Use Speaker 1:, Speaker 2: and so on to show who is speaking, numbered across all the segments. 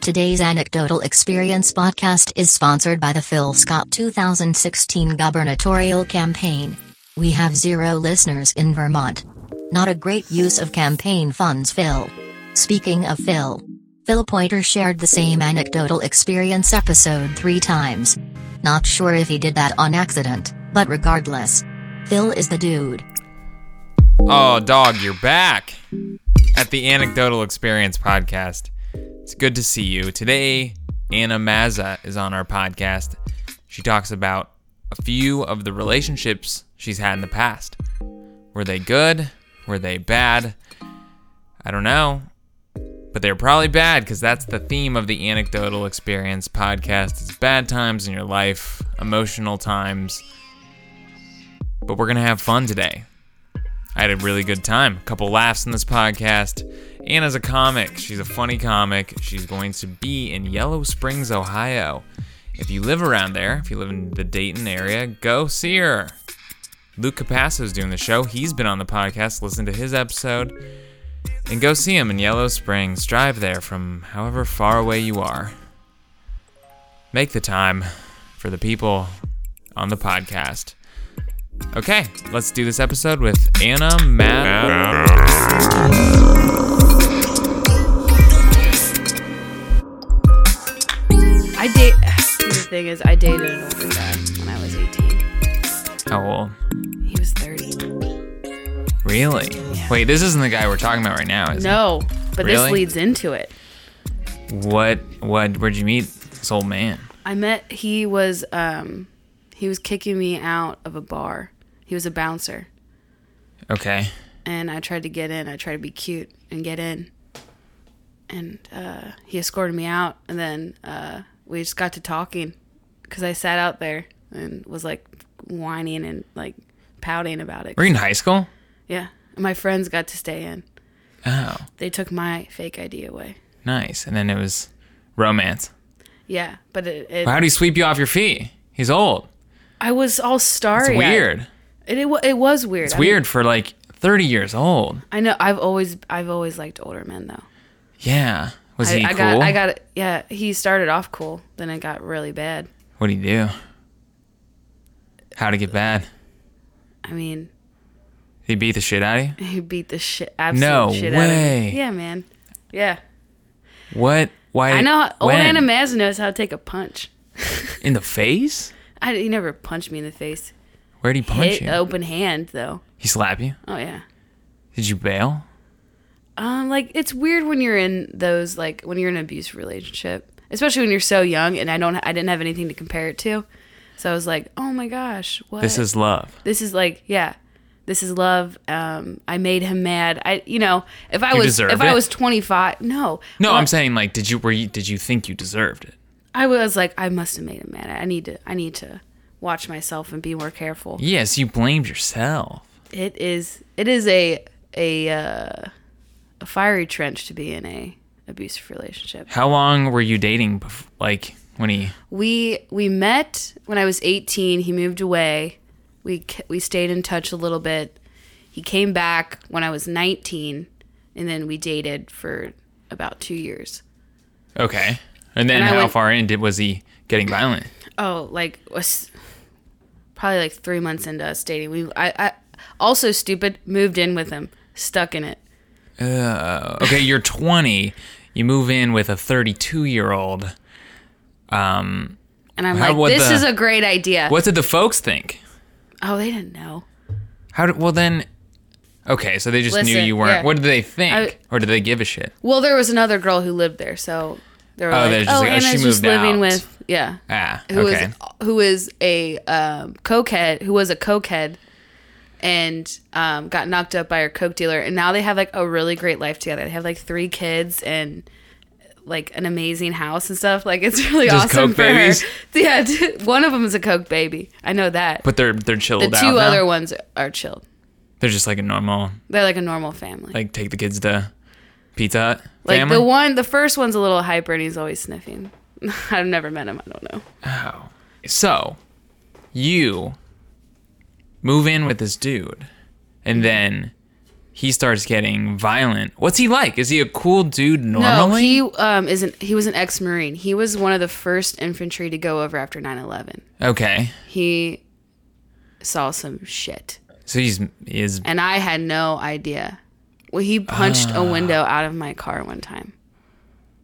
Speaker 1: Today's Anecdotal Experience podcast is sponsored by the Phil Scott 2016 gubernatorial campaign. We have zero listeners in Vermont. Not a great use of campaign funds, Phil. Speaking of Phil, Phil Pointer shared the same anecdotal experience episode three times. Not sure if he did that on accident, but regardless, Phil is the dude.
Speaker 2: Oh, dog, you're back at the Anecdotal Experience podcast. It's good to see you. Today, Anna Mazza is on our podcast. She talks about a few of the relationships she's had in the past. Were they good? Were they bad? I don't know. But they're probably bad because that's the theme of the Anecdotal Experience podcast. It's bad times in your life, emotional times. But we're going to have fun today. I had a really good time. A couple laughs in this podcast. Anna's a comic. She's a funny comic. She's going to be in Yellow Springs, Ohio. If you live around there, if you live in the Dayton area, go see her. Luke Capasso's doing the show. He's been on the podcast. Listen to his episode. And go see him in Yellow Springs. Drive there from however far away you are. Make the time for the people on the podcast. Okay, let's do this episode with Anna Matt.
Speaker 3: I date. The thing is, I dated an older guy when I was 18.
Speaker 2: Owl.
Speaker 3: He was 30.
Speaker 2: Really? Wait, this isn't the guy we're talking about right now, is
Speaker 3: No, but
Speaker 2: Really?
Speaker 3: this leads into it.
Speaker 2: it? What? What? Where'd you meet this old man?
Speaker 3: I met. He was. Um, he was kicking me out of a bar. He was a bouncer,
Speaker 2: Okay.
Speaker 3: and I tried to get in. I tried to be cute and get in, and uh, he escorted me out. And then uh, we just got to talking, because I sat out there and was like whining and like pouting about it.
Speaker 2: Were you in high school?
Speaker 3: Yeah, And my friends got to stay in.
Speaker 2: Oh,
Speaker 3: They took my fake ID away.
Speaker 2: nice. And then it was romance.
Speaker 3: Yeah, but it, it
Speaker 2: How do he sweep you off your feet? He's old.
Speaker 3: I was all
Speaker 2: It's
Speaker 3: starry.
Speaker 2: weird.
Speaker 3: It, it wa- it was weird.
Speaker 2: It's weird for like 30 years old.
Speaker 3: I know. I've always I've always liked older men though.
Speaker 2: Yeah. Was
Speaker 3: I,
Speaker 2: he
Speaker 3: I
Speaker 2: cool?
Speaker 3: got I got yeah. He started off cool, then it got really bad.
Speaker 2: What'd he do? How'd he get bad? Did
Speaker 3: I mean,
Speaker 2: he beat the shit out of you?
Speaker 3: he beat the shit absolute
Speaker 2: No
Speaker 3: shit out of
Speaker 2: way.
Speaker 3: me. Yeah, man. Yeah,
Speaker 2: What? Why?
Speaker 3: I know. Old
Speaker 2: when?
Speaker 3: Anna Maz knows how to take a punch.
Speaker 2: In the face?
Speaker 3: I, he never punched me in the face.
Speaker 2: Where'd he punch
Speaker 3: Hit
Speaker 2: you?
Speaker 3: open hand though.
Speaker 2: He slap you?
Speaker 3: Oh yeah.
Speaker 2: Did you bail?
Speaker 3: Um, like it's weird when you're in those like when you're in an abuse relationship, especially when you're so young. And I don't, I didn't have anything to compare it to, so I was like, oh my gosh, what?
Speaker 2: This is love.
Speaker 3: this is like yeah, this is love. Um, I made him mad. I you know if I
Speaker 2: You
Speaker 3: was
Speaker 2: deserve
Speaker 3: if I
Speaker 2: it.
Speaker 3: was 25, no,
Speaker 2: No,
Speaker 3: Well,
Speaker 2: I'm saying like, did you were you did you think you deserved it?
Speaker 3: I was like I must have made him mad. I need to I need to watch myself and be more careful.
Speaker 2: Yes, you blamed yourself.
Speaker 3: It is it is a a uh, a fiery trench to be in a abusive relationship.
Speaker 2: How long were you dating? Bef- like when he?
Speaker 3: we we met when I was 18. He moved away. We k- we stayed in touch a little bit. He came back when I was 19, and then we dated for about two years.
Speaker 2: Okay, and then
Speaker 3: And I
Speaker 2: how
Speaker 3: went-
Speaker 2: far in did was he getting violent?
Speaker 3: Oh, like was probably like three months into us dating. We I, I also stupid moved in with him, stuck in it.
Speaker 2: Uh, Okay, you're 20. You move in with a 32 year old.
Speaker 3: And I'm
Speaker 2: How would
Speaker 3: like, this
Speaker 2: the-
Speaker 3: is a great idea.
Speaker 2: What did the folks think?
Speaker 3: Oh, they didn't know.
Speaker 2: How? Did, well then. Okay, so they just knew
Speaker 3: Listen,
Speaker 2: you weren't.
Speaker 3: yeah.
Speaker 2: What did they think,
Speaker 3: I-
Speaker 2: or did they give a shit?
Speaker 3: Well, there was another girl who lived there, so they were
Speaker 2: Oh, they're
Speaker 3: like,
Speaker 2: just
Speaker 3: oh,
Speaker 2: like, oh, she
Speaker 3: Anna's
Speaker 2: moved
Speaker 3: just living
Speaker 2: out."
Speaker 3: with yeah.
Speaker 2: Ah,
Speaker 3: who is
Speaker 2: okay.
Speaker 3: who is a um, cokehead who was a cokehead and um, got knocked up by her coke dealer and now they have like a really great life together they have like three kids and like an amazing house and stuff like it's really
Speaker 2: Just
Speaker 3: awesome
Speaker 2: coke
Speaker 3: for
Speaker 2: babies?
Speaker 3: her yeah dude, one of them is a coke baby i know that
Speaker 2: but they're they're chilled
Speaker 3: the
Speaker 2: out
Speaker 3: two
Speaker 2: now?
Speaker 3: other ones are chilled
Speaker 2: They're just like a normal,
Speaker 3: they're like a normal family like,
Speaker 2: like take the kids to Pizza Hut family.
Speaker 3: the one the first one's a little hyper and he's always sniffing i've never met him i don't know
Speaker 2: Oh. So, you move in with this dude, and then he starts getting violent. What's he like? Is he a cool dude
Speaker 3: No,
Speaker 2: normally?
Speaker 3: he um isn't. He was an ex-marine. He was one of the first infantry to go over after 9/11.
Speaker 2: okay.
Speaker 3: He saw some shit,
Speaker 2: So he's is
Speaker 3: and I had no idea. Well, he punched a window
Speaker 2: Ah.
Speaker 3: out of my car one time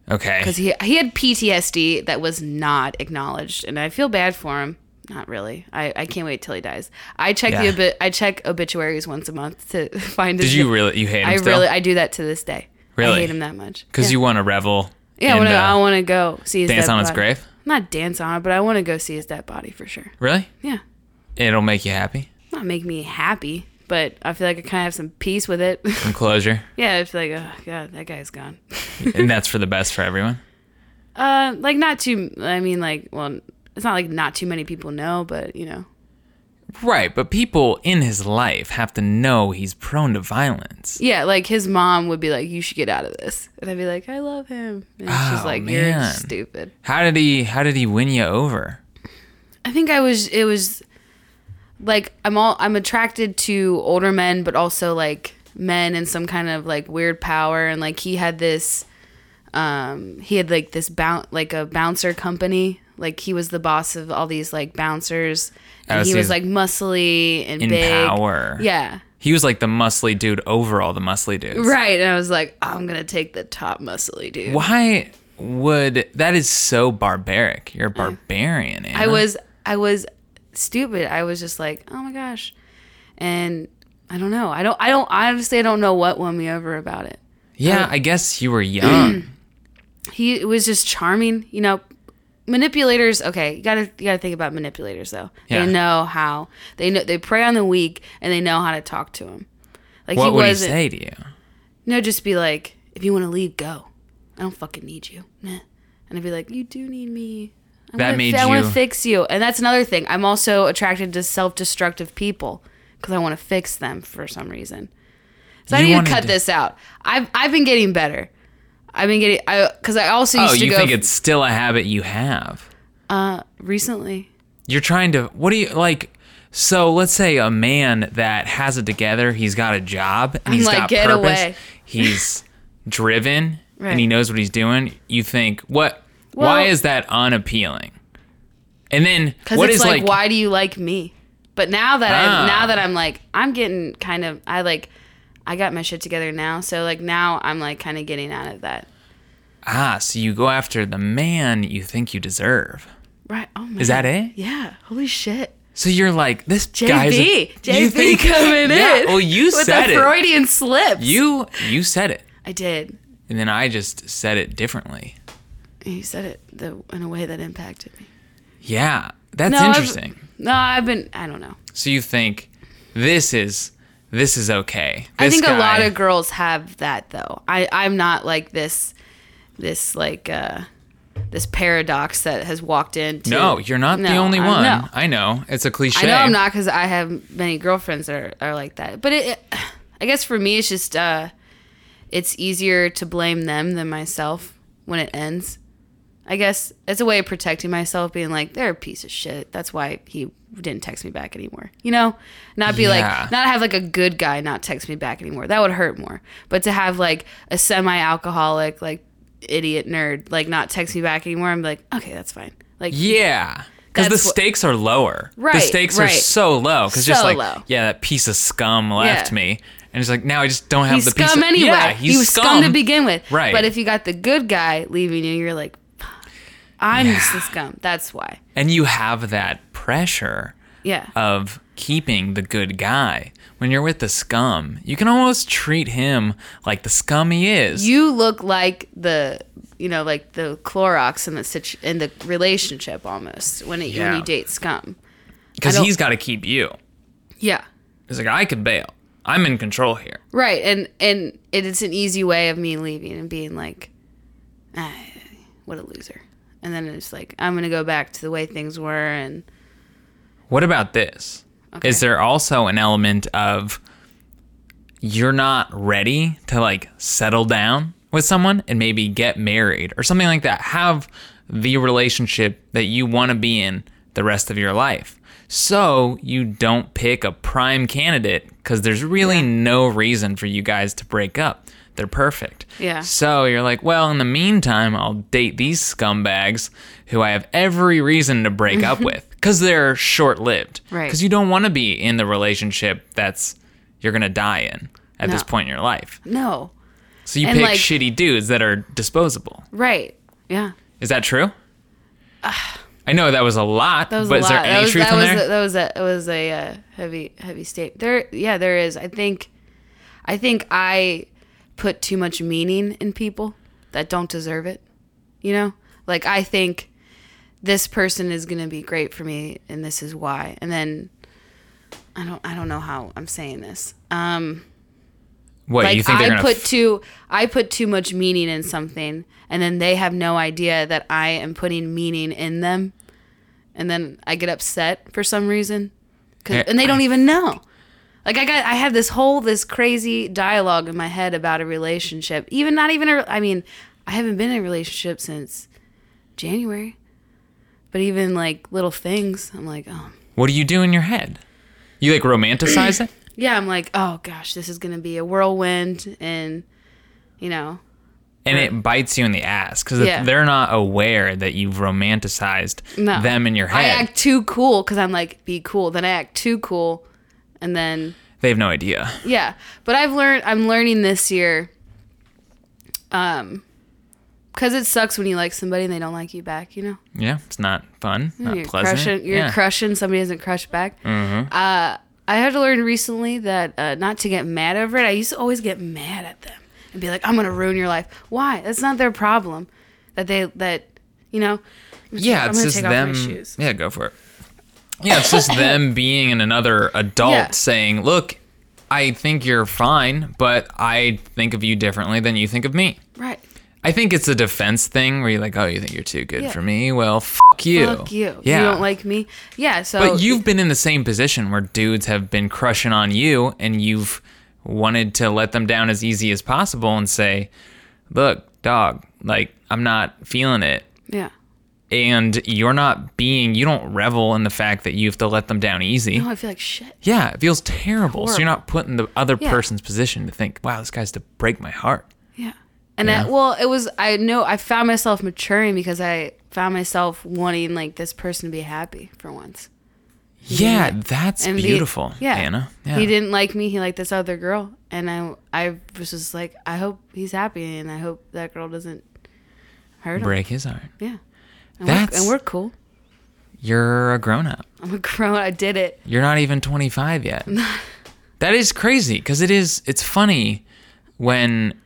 Speaker 2: okay.
Speaker 3: because he he had PTSD that was not acknowledged, and I feel bad for him. Not really. I, I can't wait till he dies. I check
Speaker 2: Yeah.
Speaker 3: the obi- I check obituaries once a month to find.
Speaker 2: Did you really you hate him
Speaker 3: I
Speaker 2: still?
Speaker 3: really I do that to this day.
Speaker 2: Really?
Speaker 3: I hate him that much.
Speaker 2: Because
Speaker 3: yeah.
Speaker 2: you want to revel.
Speaker 3: Yeah, I
Speaker 2: and,
Speaker 3: wanna, I
Speaker 2: uh,
Speaker 3: want to go see his
Speaker 2: dance
Speaker 3: dead
Speaker 2: on his
Speaker 3: body.
Speaker 2: grave?
Speaker 3: Not dance on it, but I want to go see his dead body for sure.
Speaker 2: Really?
Speaker 3: Yeah,
Speaker 2: It'll make you happy.
Speaker 3: not make me happy, but I feel like I kind of have some peace with it.
Speaker 2: Some closure.
Speaker 3: yeah, I feel like oh god, that guy's gone.
Speaker 2: and that's for the best for everyone.
Speaker 3: Uh, like not too. I mean, like well, it's not like not too many people know, but you know,
Speaker 2: Right, but people in his life have to know he's prone to violence.
Speaker 3: yeah, like his mom would be like, "You should get out of this," and I'd be like, "I love him," and
Speaker 2: Oh,
Speaker 3: she's like,
Speaker 2: man.
Speaker 3: "You're stupid."
Speaker 2: How did he how did he win you over?
Speaker 3: I think I was it was like I'm all I'm attracted to older men but also like men in some kind of like weird power and like he had this um he had like this boun like a bouncer company like he was the boss of all these like bouncers
Speaker 2: Oh,
Speaker 3: and he
Speaker 2: so
Speaker 3: was
Speaker 2: he's
Speaker 3: like muscly and
Speaker 2: In
Speaker 3: big
Speaker 2: power.
Speaker 3: yeah
Speaker 2: He was like the muscly dude over all the muscly dudes.
Speaker 3: right and I was like "Oh, I'm gonna take the top muscly dude
Speaker 2: Why would that is so barbaric. You're a barbarian. Anna.
Speaker 3: Mm. I was I was stupid. I was just like, oh my gosh, and I don't know. I don't. I don't. Honestly, I don't know what won me over about it. uh,
Speaker 2: Yeah, I guess you were young.
Speaker 3: He was just charming. You know, manipulators. Okay, you gotta you gotta think about manipulators though.
Speaker 2: Yeah.
Speaker 3: They know how they know they prey on the weak and they know how to talk to him. Like
Speaker 2: what
Speaker 3: he
Speaker 2: would he
Speaker 3: wasn't.
Speaker 2: say to you?
Speaker 3: No, just be like, if you want to leave, go. I don't fucking need you. Meh. And I'd be like, you do need me. I
Speaker 2: That
Speaker 3: wanna,
Speaker 2: made
Speaker 3: I want
Speaker 2: you-
Speaker 3: to fix you. And that's another thing. I'm also attracted to self-destructive people because I want to fix them for some reason. So I
Speaker 2: You
Speaker 3: need
Speaker 2: wanted
Speaker 3: to cut
Speaker 2: to-
Speaker 3: this out. I've I've been getting better. I've been getting I because I also used
Speaker 2: Oh,
Speaker 3: to
Speaker 2: you
Speaker 3: go
Speaker 2: think it's still a habit you have.
Speaker 3: uh recently.
Speaker 2: You're trying to what do you like so let's say a man that has it together, he's got a job and he's
Speaker 3: like,
Speaker 2: got
Speaker 3: "Get
Speaker 2: purpose.
Speaker 3: away."
Speaker 2: He's driven
Speaker 3: Right.
Speaker 2: and he knows what he's doing. You think what why
Speaker 3: Well-
Speaker 2: is that unappealing? And then
Speaker 3: Because
Speaker 2: what
Speaker 3: it's
Speaker 2: is
Speaker 3: like,
Speaker 2: like,
Speaker 3: why do you like me? But now that
Speaker 2: Ah.
Speaker 3: I'm now that I'm like I'm getting kind of I like I got my shit together now. So like now I'm like kind of getting out of that.
Speaker 2: ah, so you go after the man you think you deserve.
Speaker 3: Right. Oh man.
Speaker 2: Is that it?
Speaker 3: Yeah. Holy shit.
Speaker 2: So you're like this guy's a,
Speaker 3: JB.
Speaker 2: you
Speaker 3: JB
Speaker 2: think-
Speaker 3: coming
Speaker 2: Yeah,
Speaker 3: in.
Speaker 2: Well, you
Speaker 3: with
Speaker 2: said
Speaker 3: the
Speaker 2: it.
Speaker 3: Freudian slip.
Speaker 2: You you said it,
Speaker 3: I did.
Speaker 2: and then I just said it differently.
Speaker 3: You said it the, in a way that impacted me.
Speaker 2: Yeah, that's
Speaker 3: No, I've-
Speaker 2: interesting.
Speaker 3: No, I've been. I don't know.
Speaker 2: So you think this is this is okay?
Speaker 3: I
Speaker 2: This
Speaker 3: think a lot
Speaker 2: guy-
Speaker 3: of girls have that though. I I'm not like this, this like uh, this paradox that has walked into.
Speaker 2: no, you're not the
Speaker 3: No,
Speaker 2: only
Speaker 3: I-
Speaker 2: one.
Speaker 3: no.
Speaker 2: I know it's a cliche.
Speaker 3: I know I'm not because I have many girlfriends that are, are like that. But it, it, I guess for me, it's just uh, it's easier to blame them than myself when it ends. I guess it's a way of protecting myself, being like they're a piece of shit. That's why he didn't text me back anymore. You know, not be
Speaker 2: Yeah.
Speaker 3: like not have like a good guy not text me back anymore. That would hurt more. But to have like a semi-alcoholic like idiot nerd like not text me back anymore, I'm like okay, that's fine. Like
Speaker 2: Yeah. Because the
Speaker 3: That's wh-
Speaker 2: stakes are lower. The
Speaker 3: Right,
Speaker 2: stakes are
Speaker 3: right.
Speaker 2: so low. Because just
Speaker 3: So
Speaker 2: like,
Speaker 3: low.
Speaker 2: yeah, that piece of scum left
Speaker 3: Yeah.
Speaker 2: me. And it's like, now I just don't have
Speaker 3: he's
Speaker 2: the piece
Speaker 3: scum
Speaker 2: of
Speaker 3: anyway.
Speaker 2: Yeah,
Speaker 3: he's
Speaker 2: he's
Speaker 3: he was scum. to begin with.
Speaker 2: Right.
Speaker 3: But if you got the good guy leaving you, you're like, "Fuck, I'm just the scum. That's why.
Speaker 2: And you have that pressure
Speaker 3: Yeah.
Speaker 2: of keeping the good guy. When you're with the scum, you can almost treat him like the scum he is.
Speaker 3: you look like the you know like the Clorox in the situ- in the relationship almost when it,
Speaker 2: Yeah.
Speaker 3: when you date scum.
Speaker 2: Because
Speaker 3: I don't-
Speaker 2: he's got to keep you.
Speaker 3: Yeah.
Speaker 2: It's like, I could bail. I'm in control here.
Speaker 3: Right. And and it, it's an easy way of me leaving and being like, "Ah, what a loser. And then it's like I'm gonna go back to the way things were and
Speaker 2: What about this? Is there also an element of you're not ready to like settle down with someone and maybe get married or something like that? Have the relationship that you want to be in the rest of your life. so you don't pick a prime candidate because there's really no reason for you guys to break up. They're perfect.
Speaker 3: Yeah.
Speaker 2: So you're like, well, in the meantime, I'll date these scumbags who I have every reason to break up with because they're short lived.
Speaker 3: Right.
Speaker 2: Because you don't want to be in the relationship that's you're going to die in at this
Speaker 3: No.
Speaker 2: point in your life.
Speaker 3: No.
Speaker 2: So you
Speaker 3: And,
Speaker 2: pick
Speaker 3: like-
Speaker 2: shitty dudes that are disposable.
Speaker 3: Right. Yeah.
Speaker 2: Is that true? I know that was a lot,
Speaker 3: That was
Speaker 2: but
Speaker 3: a
Speaker 2: is
Speaker 3: lot.
Speaker 2: there any
Speaker 3: that was,
Speaker 2: truth
Speaker 3: that
Speaker 2: in
Speaker 3: was
Speaker 2: there?
Speaker 3: A, that was a it was a uh, heavy heavy state. There, yeah, there is. I think, I think I put too much meaning in people that don't deserve it. You know, like I think this person is gonna be great for me, and this is why. And then I don't I don't know how I'm saying this. Um,
Speaker 2: what
Speaker 3: like
Speaker 2: you think they're
Speaker 3: I
Speaker 2: gonna?
Speaker 3: put
Speaker 2: f-
Speaker 3: too I put too much meaning in something and then they have no idea that I am putting meaning in them and then I get upset for some reason 'Cause-
Speaker 2: Eh,
Speaker 3: and they don't even know like I got I have this whole this crazy dialogue in my head about a relationship even not even a I mean I haven't been in a relationship since January but even like little things I'm like oh
Speaker 2: what do you do in your head? You like romanticize it?
Speaker 3: yeah I'm like oh gosh this is gonna be a whirlwind and you know
Speaker 2: and it bites you in the ass because
Speaker 3: Yeah.
Speaker 2: they're not aware that you've romanticized
Speaker 3: No.
Speaker 2: them in your
Speaker 3: I
Speaker 2: head.
Speaker 3: act too cool because I'm like, be cool. Then I act too cool. And then,
Speaker 2: they have no idea.
Speaker 3: yeah. But I've learned, I'm learning this year. Um, because it sucks when you like somebody and they don't like you back, you know?
Speaker 2: Yeah, it's not fun, not
Speaker 3: you're
Speaker 2: pleasant.
Speaker 3: crushing, you're
Speaker 2: yeah. Mm-hmm.
Speaker 3: crushing, somebody doesn't crush back. Uh, I had to learn recently that uh, not to get mad over it. I used to always get mad at them and be like, I'm going to ruin your life. Why? That's not their problem. That they, that, you know?
Speaker 2: yeah,
Speaker 3: I'm
Speaker 2: it's
Speaker 3: gonna
Speaker 2: just
Speaker 3: take off my
Speaker 2: them.
Speaker 3: shoes.
Speaker 2: Yeah, go for it. Yeah, it's just them being in another adult
Speaker 3: Yeah.
Speaker 2: saying, "Look, I think you're fine, but I think of you differently than you think of me."
Speaker 3: Right.
Speaker 2: I think it's a defense thing where you're like, "Oh, you think you're too good
Speaker 3: Yeah.
Speaker 2: for me? Well, fuck you."
Speaker 3: Fuck you.
Speaker 2: Yeah.
Speaker 3: You don't like me. Yeah. So
Speaker 2: But you've been in the same position where dudes have been crushing on you and you've wanted to let them down as easy as possible and say, "Look, dog, like I'm not feeling it."
Speaker 3: Yeah.
Speaker 2: And you're not being you don't revel in the fact that you have to let them down easy.
Speaker 3: No, I feel like shit.
Speaker 2: Yeah, it feels terrible. So you're
Speaker 3: Horrible.
Speaker 2: not put in the other
Speaker 3: Yeah.
Speaker 2: person's position to think, "Wow, this guy's to break my heart."
Speaker 3: Yeah. And I, well, it was I know I found myself maturing because I found myself wanting like this person to be happy for once.
Speaker 2: Yeah, that's
Speaker 3: And the-
Speaker 2: beautiful,
Speaker 3: yeah.
Speaker 2: Anna. Yeah.
Speaker 3: He didn't like me. He liked this other girl, and I I was just like, I hope he's happy, and I hope that girl doesn't hurt him.
Speaker 2: break his heart.
Speaker 3: Yeah. And
Speaker 2: That's
Speaker 3: we're, and we're cool.
Speaker 2: you're a grown-up.
Speaker 3: I'm a grown. I did it.
Speaker 2: You're not even 25 yet. that is crazy because it is. It's funny when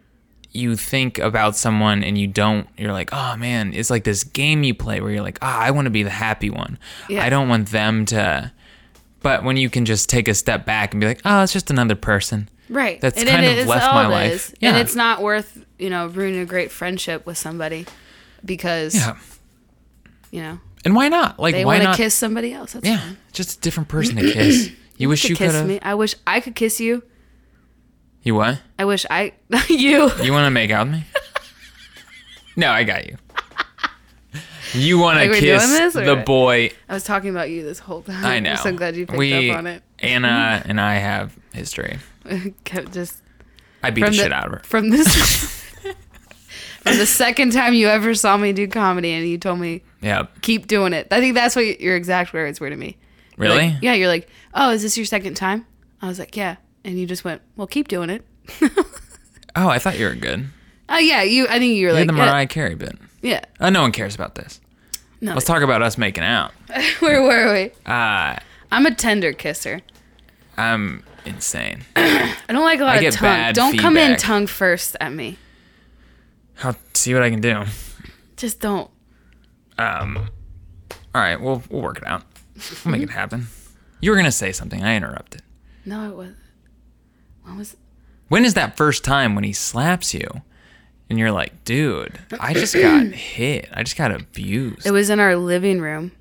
Speaker 2: you think about someone and you don't. You're like, oh man, it's like this game you play where you're like, ah, I want to be the happy one.
Speaker 3: Yeah.
Speaker 2: I don't want them to. But when you can just take a step back and be like, oh, it's just another person.
Speaker 3: Right.
Speaker 2: That's
Speaker 3: And
Speaker 2: kind
Speaker 3: it
Speaker 2: of
Speaker 3: is
Speaker 2: left
Speaker 3: all
Speaker 2: my
Speaker 3: it
Speaker 2: life.
Speaker 3: is.
Speaker 2: Yeah.
Speaker 3: And it's not worth you know ruining a great friendship with somebody because
Speaker 2: Yeah.
Speaker 3: you know
Speaker 2: And why not? Like,
Speaker 3: they
Speaker 2: why
Speaker 3: want to
Speaker 2: not?
Speaker 3: kiss somebody else. That's
Speaker 2: Yeah, just a different person to kiss. You wish
Speaker 3: could
Speaker 2: you could
Speaker 3: kiss
Speaker 2: have.
Speaker 3: me. I wish I could kiss you.
Speaker 2: You what?
Speaker 3: I wish I you.
Speaker 2: You want to make out with me? No, I got you. You want
Speaker 3: Like
Speaker 2: to
Speaker 3: we're doing
Speaker 2: kiss
Speaker 3: this, or
Speaker 2: the
Speaker 3: what?
Speaker 2: boy?
Speaker 3: I was talking about you this whole time.
Speaker 2: I know.
Speaker 3: I'm so glad you picked
Speaker 2: we,
Speaker 3: up on it. Mm-hmm.
Speaker 2: Anna and I have history.
Speaker 3: Kept just
Speaker 2: I beat the, shit out of her.
Speaker 3: From this From the second time you ever saw me do comedy and you told me
Speaker 2: Yeah.
Speaker 3: keep doing it. I think that's what y- your exact words were to me. You're
Speaker 2: Really?
Speaker 3: like- yeah, you're like, "Oh, is this your second time?" I was like, "Yeah." And you just went, "Well, keep doing it."
Speaker 2: Oh, I thought you were good.
Speaker 3: Oh yeah, you I think you were
Speaker 2: You're
Speaker 3: like
Speaker 2: the
Speaker 3: "Yeah,
Speaker 2: Mariah Carey bit.
Speaker 3: yeah.
Speaker 2: Oh, no one cares about this.
Speaker 3: No.
Speaker 2: Let's talk about us making out.
Speaker 3: Where were we?
Speaker 2: Uh,
Speaker 3: I'm a tender kisser.
Speaker 2: I'm insane.
Speaker 3: I don't like a lot
Speaker 2: get
Speaker 3: of tongue.
Speaker 2: bad
Speaker 3: Don't come in
Speaker 2: feedback.
Speaker 3: tongue first at me.
Speaker 2: I'll see what I can do.
Speaker 3: Just don't.
Speaker 2: Um, all right, we'll we'll work it out. We'll make it happen. You were gonna say something. I interrupted.
Speaker 3: No, it was. What was?
Speaker 2: When is that first time when he slaps you and you're like, dude, I just got hit. I just got abused.
Speaker 3: It was in our living room.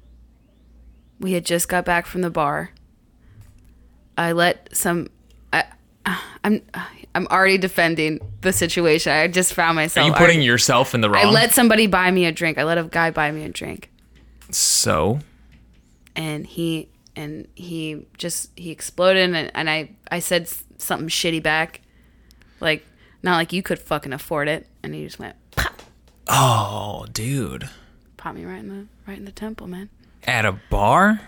Speaker 3: We had just got back from the bar. I let some. I, I'm. I'm already defending the situation. I just found myself.
Speaker 2: Are you
Speaker 3: already-
Speaker 2: putting yourself in the wrong?
Speaker 3: I let somebody buy me a drink. I let a guy buy me a drink,
Speaker 2: so
Speaker 3: and he and he just he exploded and, and I I said s- something shitty back, like not like you could fucking afford it, and he just went pop,
Speaker 2: Oh, dude.
Speaker 3: pop me right in the right in the temple, man.
Speaker 2: At a bar?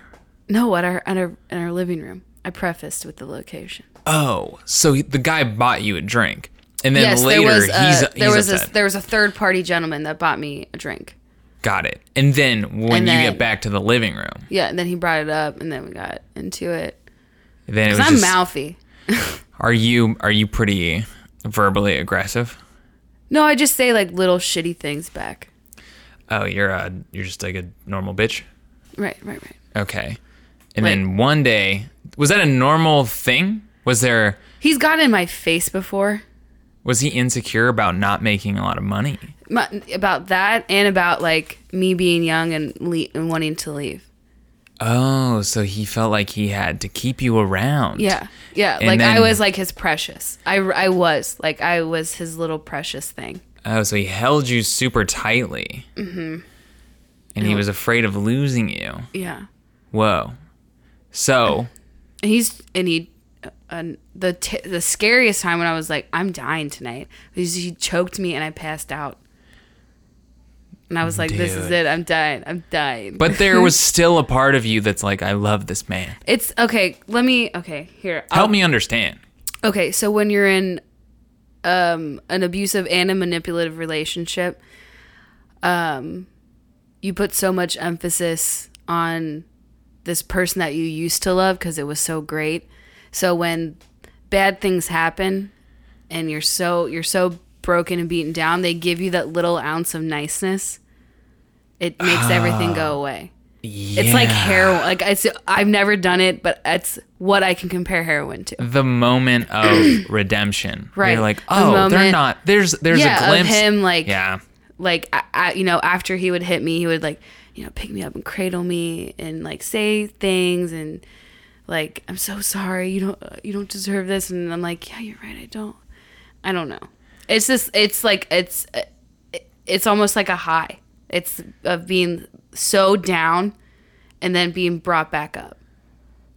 Speaker 3: No, at our at our in our living room. I prefaced with the location.
Speaker 2: Oh, so he- the guy bought you a drink. And then
Speaker 3: yes,
Speaker 2: later
Speaker 3: there was a,
Speaker 2: he's,
Speaker 3: there
Speaker 2: he's
Speaker 3: was
Speaker 2: upset.
Speaker 3: a, there was a third party gentleman that bought me a drink.
Speaker 2: Got it. And then when
Speaker 3: And
Speaker 2: you
Speaker 3: then-
Speaker 2: get back to the living room,
Speaker 3: Yeah, and then he brought it up, and then we got into it.
Speaker 2: then it was
Speaker 3: 'Cause I'm
Speaker 2: just,
Speaker 3: mouthy.
Speaker 2: are you are you pretty verbally aggressive?
Speaker 3: No, I just say like little shitty things back.
Speaker 2: Oh, you're a you're just like a normal bitch.
Speaker 3: Right, right, right.
Speaker 2: Okay. And then one day, was that a normal thing? Was there
Speaker 3: He's gotten in my face before
Speaker 2: was he insecure about not making a lot of money?
Speaker 3: my, about that, and about like me being young and le- and wanting to leave.
Speaker 2: Oh, so he felt like he had to keep you around.
Speaker 3: Yeah, yeah.
Speaker 2: And
Speaker 3: like I
Speaker 2: then-
Speaker 3: was like his precious. I I was like I was his little precious thing.
Speaker 2: Oh, so he held you super tightly. Mm-hmm. And he was afraid of losing you.
Speaker 3: Yeah.
Speaker 2: Whoa. So
Speaker 3: And he's and he uh, and the t- the scariest time when I was like I'm dying tonight is he choked me and I passed out. And I was like, "This is
Speaker 2: Dude.
Speaker 3: it. I'm dying. I'm dying."
Speaker 2: But there was still a part of you that's like, I love this man.
Speaker 3: it's okay. Let me. Okay, here. I'll-
Speaker 2: Help me understand.
Speaker 3: Okay, so when you're in um, an abusive and a manipulative relationship, um, you put so much emphasis on this person that you used to love because it was so great. So when bad things happen, and you're so you're so broken and beaten down, they give you that little ounce of niceness. It makes everything go away. It's like heroin. Like I, I've never done it, but it's what I can compare heroin to.
Speaker 2: The moment of redemption.
Speaker 3: Right.
Speaker 2: You're like,
Speaker 3: The
Speaker 2: oh, they're
Speaker 3: moment-
Speaker 2: not. There's there's
Speaker 3: yeah,
Speaker 2: a glimpse.
Speaker 3: of him like
Speaker 2: Yeah.
Speaker 3: like I, I, you know after he would hit me, he would like you know pick me up and cradle me and like say things and like I'm so sorry you don't you don't deserve this and I'm like yeah you're right I don't I don't know it's just it's like it's it's almost like a high it's of being so down and then being brought back up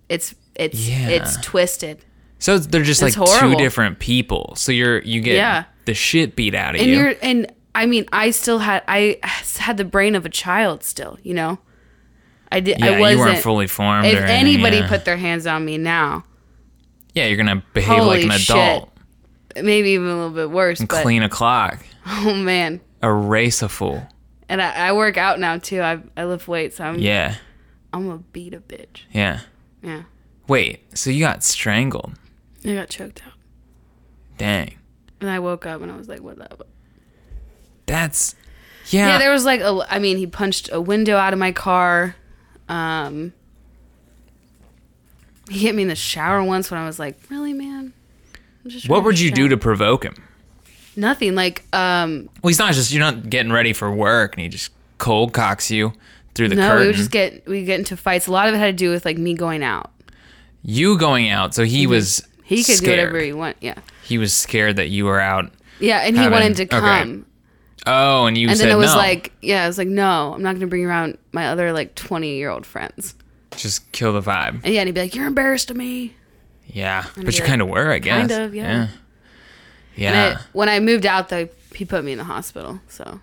Speaker 3: it's it's
Speaker 2: Yeah.
Speaker 3: it's twisted
Speaker 2: So they're just like
Speaker 3: It's horrible.
Speaker 2: two different people. So you're you get
Speaker 3: Yeah.
Speaker 2: the shit beat out of
Speaker 3: and
Speaker 2: you.
Speaker 3: you're and i mean i still had i had the brain of a child still you know i did
Speaker 2: yeah,
Speaker 3: i wasn't
Speaker 2: you weren't fully uh, formed.
Speaker 3: if
Speaker 2: or anything,
Speaker 3: anybody
Speaker 2: yeah.
Speaker 3: put their hands on me now
Speaker 2: yeah, you're gonna behave like
Speaker 3: Holy
Speaker 2: an
Speaker 3: shit.
Speaker 2: adult,
Speaker 3: maybe even a little bit worse but
Speaker 2: clean a clock,
Speaker 3: oh man
Speaker 2: erase a fool.
Speaker 3: and I, I work out now too i i lift weights so i'm
Speaker 2: Yeah,
Speaker 3: i'm gonna beat a bitch
Speaker 2: yeah.
Speaker 3: yeah
Speaker 2: Wait, so you got strangled?
Speaker 3: i got choked out
Speaker 2: Dang,
Speaker 3: and i woke up and i was like what the
Speaker 2: that's
Speaker 3: yeah there was like a i mean he punched a window out of my car um he hit me in the shower once when i was like really man I'm just trying
Speaker 2: What
Speaker 3: to
Speaker 2: would you do
Speaker 3: shower."
Speaker 2: to provoke him?
Speaker 3: Nothing. Like, um,
Speaker 2: Well, he's not just you're not getting ready for work, and he just cold cocks you through the
Speaker 3: no, we
Speaker 2: curtain.
Speaker 3: would just get we get into fights. A lot of it had to do with like me going out.
Speaker 2: you going out, so he was
Speaker 3: Mhm. He could
Speaker 2: scared.
Speaker 3: do whatever he want. Yeah,
Speaker 2: He was scared that you were out.
Speaker 3: yeah, and he
Speaker 2: Having-
Speaker 3: wanted to
Speaker 2: okay.
Speaker 3: come,
Speaker 2: Oh, and you
Speaker 3: and
Speaker 2: said
Speaker 3: then it was
Speaker 2: no.
Speaker 3: like, yeah, I was like, no, I'm not gonna bring around my other like 20 year old friends.
Speaker 2: just kill the vibe.
Speaker 3: And yeah, and he'd be like, you're embarrassed of me.
Speaker 2: Yeah, but
Speaker 3: be
Speaker 2: you
Speaker 3: like,
Speaker 2: kind of were, I guess.
Speaker 3: "Kind of, yeah."
Speaker 2: Yeah.
Speaker 3: And
Speaker 2: Yeah.
Speaker 3: I, when I moved out, though, he put me in the hospital. So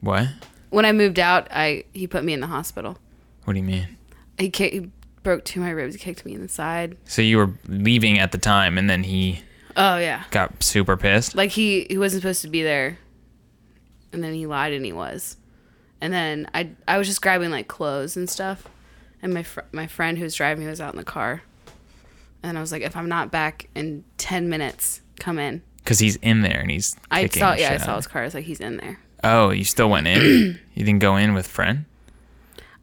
Speaker 2: what?
Speaker 3: when I moved out, I he put me in the hospital.
Speaker 2: What do you mean?
Speaker 3: He, ki- he broke two of my ribs, kicked me in the side.
Speaker 2: So you were leaving at the time, and then he
Speaker 3: Oh yeah,
Speaker 2: got super pissed.
Speaker 3: like he he wasn't supposed to be there and then he lied and he was and then i i was just grabbing like clothes and stuff and my fr- my friend who was driving me was out in the car and i was like if i'm not back in 10 minutes come in
Speaker 2: Because he's in there and he's.
Speaker 3: i
Speaker 2: kicking
Speaker 3: saw yeah i
Speaker 2: shit
Speaker 3: saw
Speaker 2: out.
Speaker 3: his car i was like he's in there
Speaker 2: Oh, you still went in? you didn't go in with friend?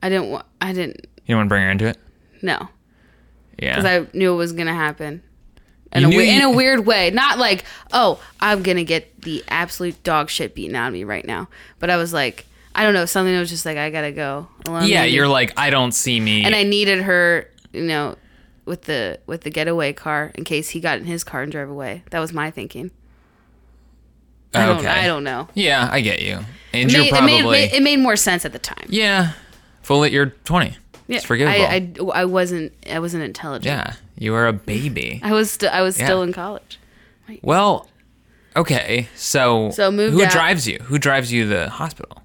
Speaker 3: i didn't wa- i didn't
Speaker 2: You didn't want to bring her into it?
Speaker 3: no
Speaker 2: Yeah.
Speaker 3: because i knew it was gonna happen in
Speaker 2: You
Speaker 3: a,
Speaker 2: knew
Speaker 3: we- in
Speaker 2: you-
Speaker 3: a weird way not like oh i'm gonna get the absolute dog shit beaten out of me right now but i was like i don't know something that was just like i gotta go alone
Speaker 2: yeah,
Speaker 3: and-
Speaker 2: you're like, I don't see me.
Speaker 3: Um, and I needed her, you know, with the with the getaway car in case he got in his car and drove away. That was my thinking. I don't,
Speaker 2: Okay.
Speaker 3: I don't know.
Speaker 2: Yeah, I get you. And
Speaker 3: It
Speaker 2: you're
Speaker 3: made, it,
Speaker 2: probably.
Speaker 3: made, it made more sense at the time.
Speaker 2: yeah. Full at you're 20.
Speaker 3: Yeah,
Speaker 2: It's forgivable.
Speaker 3: I, I, I wasn't I wasn't intelligent.
Speaker 2: yeah, you are a baby.
Speaker 3: I was st- I was still
Speaker 2: Yeah.
Speaker 3: in college.
Speaker 2: Well, okay. So,
Speaker 3: So moved
Speaker 2: who
Speaker 3: out.
Speaker 2: drives you? Who drives you to the hospital?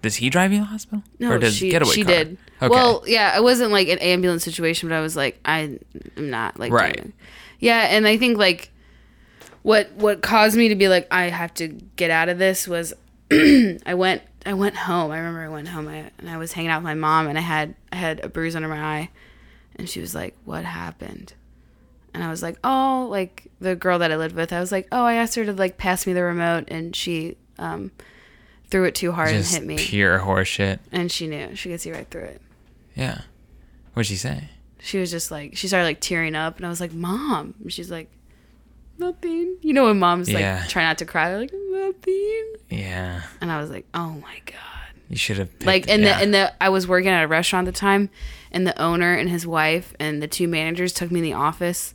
Speaker 2: Does he drive you to the hospital?
Speaker 3: No, she, she
Speaker 2: car?
Speaker 3: did.
Speaker 2: Okay.
Speaker 3: Well, yeah, I wasn't like an ambulance situation, but I was like, I am not like
Speaker 2: Right.
Speaker 3: doing- Yeah, and I think like what what caused me to be like I have to get out of this was I went I went home. I remember I went home I, and I was hanging out with my mom, and I had I had a bruise under my eye, and she was like, "What happened?" And I was like, "Oh, like the girl that I lived with." I was like, "Oh, I asked her to like pass me the remote, and she um, threw it too hard
Speaker 2: just
Speaker 3: and hit me."
Speaker 2: pure horseshit.
Speaker 3: and she knew she could see right through it
Speaker 2: Yeah. What'd she say?
Speaker 3: she was just like she started like tearing up and i was like mom and she's like nothing you know when mom's
Speaker 2: Yeah.
Speaker 3: like try not to cry like nothing
Speaker 2: Yeah.
Speaker 3: and i was like oh my god
Speaker 2: You should have picked-
Speaker 3: like and
Speaker 2: yeah.
Speaker 3: the and the i was working at a restaurant at the time and the owner and his wife and the two managers took me in the office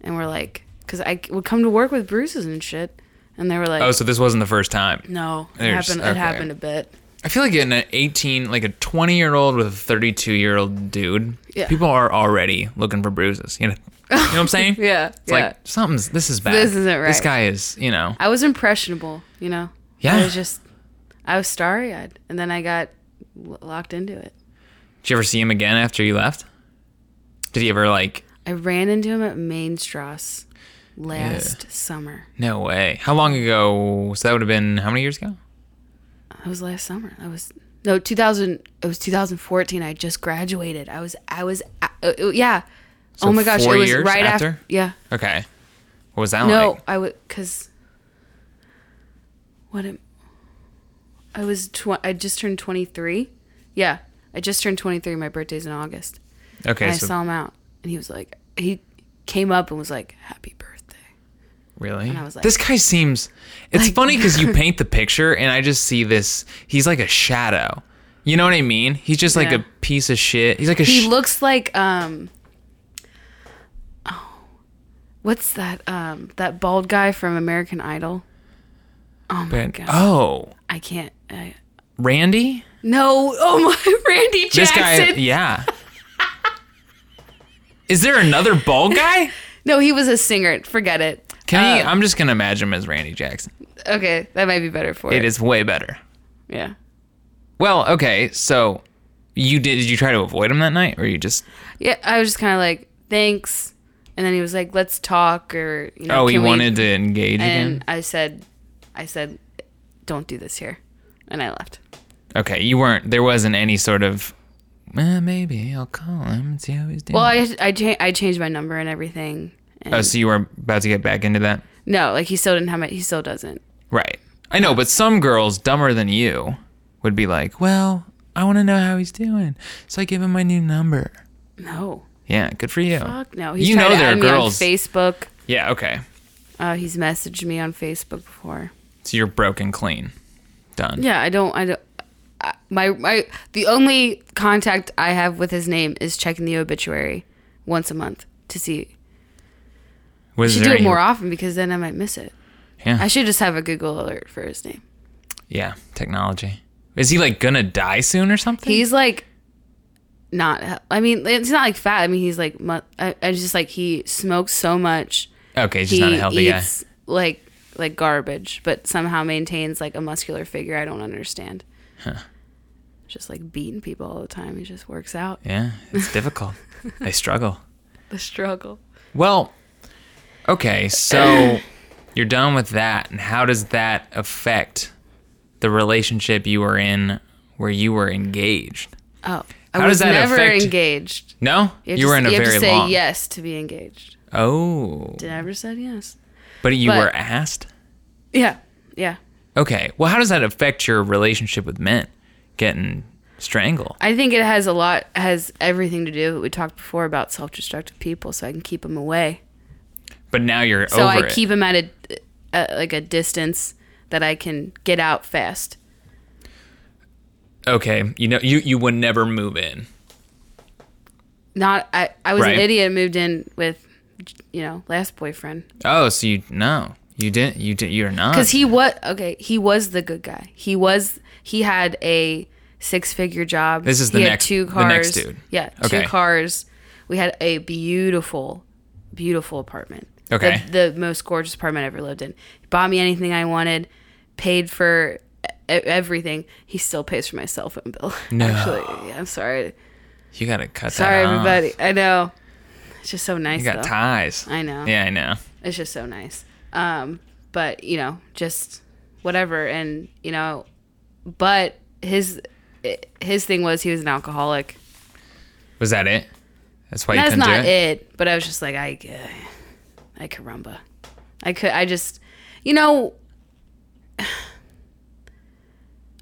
Speaker 3: and were like because i would come to work with bruises and shit and they were like
Speaker 2: Oh, so this wasn't the first time.
Speaker 3: no it
Speaker 2: There's-
Speaker 3: happened it
Speaker 2: okay.
Speaker 3: happened a bit
Speaker 2: I feel like in an 18, like a 20 year old with a 32 year old dude,
Speaker 3: Yeah.
Speaker 2: people are already looking for bruises. You know, you know what I'm saying?
Speaker 3: Yeah,
Speaker 2: It's
Speaker 3: yeah.
Speaker 2: like, something's, this is bad.
Speaker 3: This isn't
Speaker 2: This
Speaker 3: right.
Speaker 2: guy is, you know,
Speaker 3: I was impressionable, you know.
Speaker 2: Yeah.
Speaker 3: I was just, I was starry eyed, and then I got l- locked into it.
Speaker 2: Did you ever see him again after you left? Did he ever like?
Speaker 3: I ran into him at Mainstrasse last summer.
Speaker 2: No way. How long ago? So that would have been how many years ago?
Speaker 3: That was last summer. I was no 2000. It was 2014. I just graduated. I was, I was, uh, uh, yeah. oh my gosh,
Speaker 2: four
Speaker 3: it was
Speaker 2: years
Speaker 3: right after.
Speaker 2: after?
Speaker 3: yeah.
Speaker 2: Okay. What was that
Speaker 3: No,
Speaker 2: like?
Speaker 3: I would because what am, I was tw- I just turned 23. Yeah, I just turned 23. My birthday's in August.
Speaker 2: Okay,
Speaker 3: And I
Speaker 2: so
Speaker 3: saw him out, and he was like, he came up and was like, "Happy birthday."
Speaker 2: really,
Speaker 3: I was like-
Speaker 2: this guy seems. It's funny 'cause funny because you paint the picture, and I just see this. He's like a shadow. You know what I mean? He's just like
Speaker 3: Yeah.
Speaker 2: a piece of shit. He's like a.
Speaker 3: He
Speaker 2: sh-
Speaker 3: looks like um, oh, what's that um that bald guy from American Idol? Oh my
Speaker 2: but-
Speaker 3: god,
Speaker 2: oh,
Speaker 3: I can't. I,
Speaker 2: Randy.
Speaker 3: no, oh my, Randy
Speaker 2: This
Speaker 3: Jackson.
Speaker 2: guy, yeah. Is there another bald guy?
Speaker 3: No, he was a singer. Forget it.
Speaker 2: Can he?
Speaker 3: Uh,
Speaker 2: I'm just gonna imagine him as Randy Jackson.
Speaker 3: Okay, that might be better for
Speaker 2: It
Speaker 3: it.
Speaker 2: is way better.
Speaker 3: Yeah.
Speaker 2: Well, okay, so you did did you try to avoid him that night or you just
Speaker 3: Yeah, I was just kind of like, thanks. And then he was like, let's talk or, you know.
Speaker 2: Oh, he
Speaker 3: can we-
Speaker 2: wanted to engage
Speaker 3: And
Speaker 2: again?
Speaker 3: I said, I said, don't do this here. And I left.
Speaker 2: Okay, you weren't there wasn't any sort of eh, maybe I'll call him and see how he's doing.
Speaker 3: Well, I, I, cha- I changed my number and everything. And
Speaker 2: oh, so you were about to get back into that?
Speaker 3: no, like he still didn't have my, he still doesn't.
Speaker 2: Right. I know, but some girls dumber than you would be like, "Well, I want to know how he's doing." So I give him my new number.
Speaker 3: No.
Speaker 2: Yeah, good for you.
Speaker 3: Fuck no. He's
Speaker 2: You
Speaker 3: tried
Speaker 2: know
Speaker 3: to
Speaker 2: there
Speaker 3: add
Speaker 2: are
Speaker 3: me
Speaker 2: girls-
Speaker 3: on Facebook.
Speaker 2: Yeah, okay.
Speaker 3: Uh, he's messaged me on Facebook before.
Speaker 2: So you're broken clean. Done.
Speaker 3: Yeah, I don't. I don't. I- My my the only contact I have with his name is checking the obituary once a month to see. I
Speaker 2: Was
Speaker 3: should
Speaker 2: there
Speaker 3: do it
Speaker 2: any-
Speaker 3: more often because then I might miss it.
Speaker 2: Yeah.
Speaker 3: I should just have a Google alert for his name.
Speaker 2: Yeah, technology. Is he like gonna die soon or something?
Speaker 3: He's like not. I mean, it's not like fat. I mean, he's like. mu- I, I just like he smokes so much.
Speaker 2: okay. He's
Speaker 3: he
Speaker 2: just not a healthy guy.
Speaker 3: eats like like garbage, but somehow maintains like a muscular figure. I don't understand. Just like beating people all the time. He just works out.
Speaker 2: Yeah, it's difficult. I struggle.
Speaker 3: The struggle.
Speaker 2: Well, okay, so you're done with that, and how does that affect the relationship you were in where you were engaged?
Speaker 3: Oh, I
Speaker 2: How does
Speaker 3: was
Speaker 2: that
Speaker 3: never
Speaker 2: affect-
Speaker 3: engaged.
Speaker 2: No, you,
Speaker 3: have
Speaker 2: were
Speaker 3: to-
Speaker 2: in a
Speaker 3: you have
Speaker 2: very
Speaker 3: to say
Speaker 2: long.
Speaker 3: yes to be engaged.
Speaker 2: Oh,
Speaker 3: Did I ever said yes?
Speaker 2: but you
Speaker 3: but-
Speaker 2: were asked.
Speaker 3: Yeah, yeah.
Speaker 2: Okay, well, how does that affect your relationship with men? Getting strangled.
Speaker 3: I think it has a lot, has everything to do. with what We talked before about self-destructive people, so I can keep them away.
Speaker 2: But now you're
Speaker 3: So
Speaker 2: over
Speaker 3: I
Speaker 2: it.
Speaker 3: keep them at a, a like a distance that I can get out fast.
Speaker 2: okay, you know you you would never move in.
Speaker 3: Not I. I was
Speaker 2: Right.
Speaker 3: an idiot. and Moved in with, you know, last boyfriend
Speaker 2: Oh, so you no, you didn't. You did. You're not.
Speaker 3: because he was okay. He was the good guy. He was. He had a six figure job.
Speaker 2: This is the
Speaker 3: he
Speaker 2: next-
Speaker 3: had two
Speaker 2: the
Speaker 3: cars.
Speaker 2: next dude.
Speaker 3: Yeah,
Speaker 2: Okay.
Speaker 3: two cars. We had a beautiful, beautiful apartment.
Speaker 2: Okay.
Speaker 3: The, the most gorgeous apartment I ever lived in. He bought me anything I wanted, paid for e- everything. He still pays for my cell phone bill.
Speaker 2: No.
Speaker 3: Actually, I'm sorry.
Speaker 2: You gotta cut
Speaker 3: Sorry,
Speaker 2: that off.
Speaker 3: everybody. I know. It's just so nice.
Speaker 2: You got
Speaker 3: though.
Speaker 2: ties.
Speaker 3: I know.
Speaker 2: Yeah, I know.
Speaker 3: It's just so nice. Um, but you know, just whatever, and you know, but his his thing was he was an alcoholic.
Speaker 2: Was that it? That's why you
Speaker 3: That's
Speaker 2: couldn't
Speaker 3: not
Speaker 2: do it.
Speaker 3: it. But I was just like, I, I could rumba. I could. I just, you know,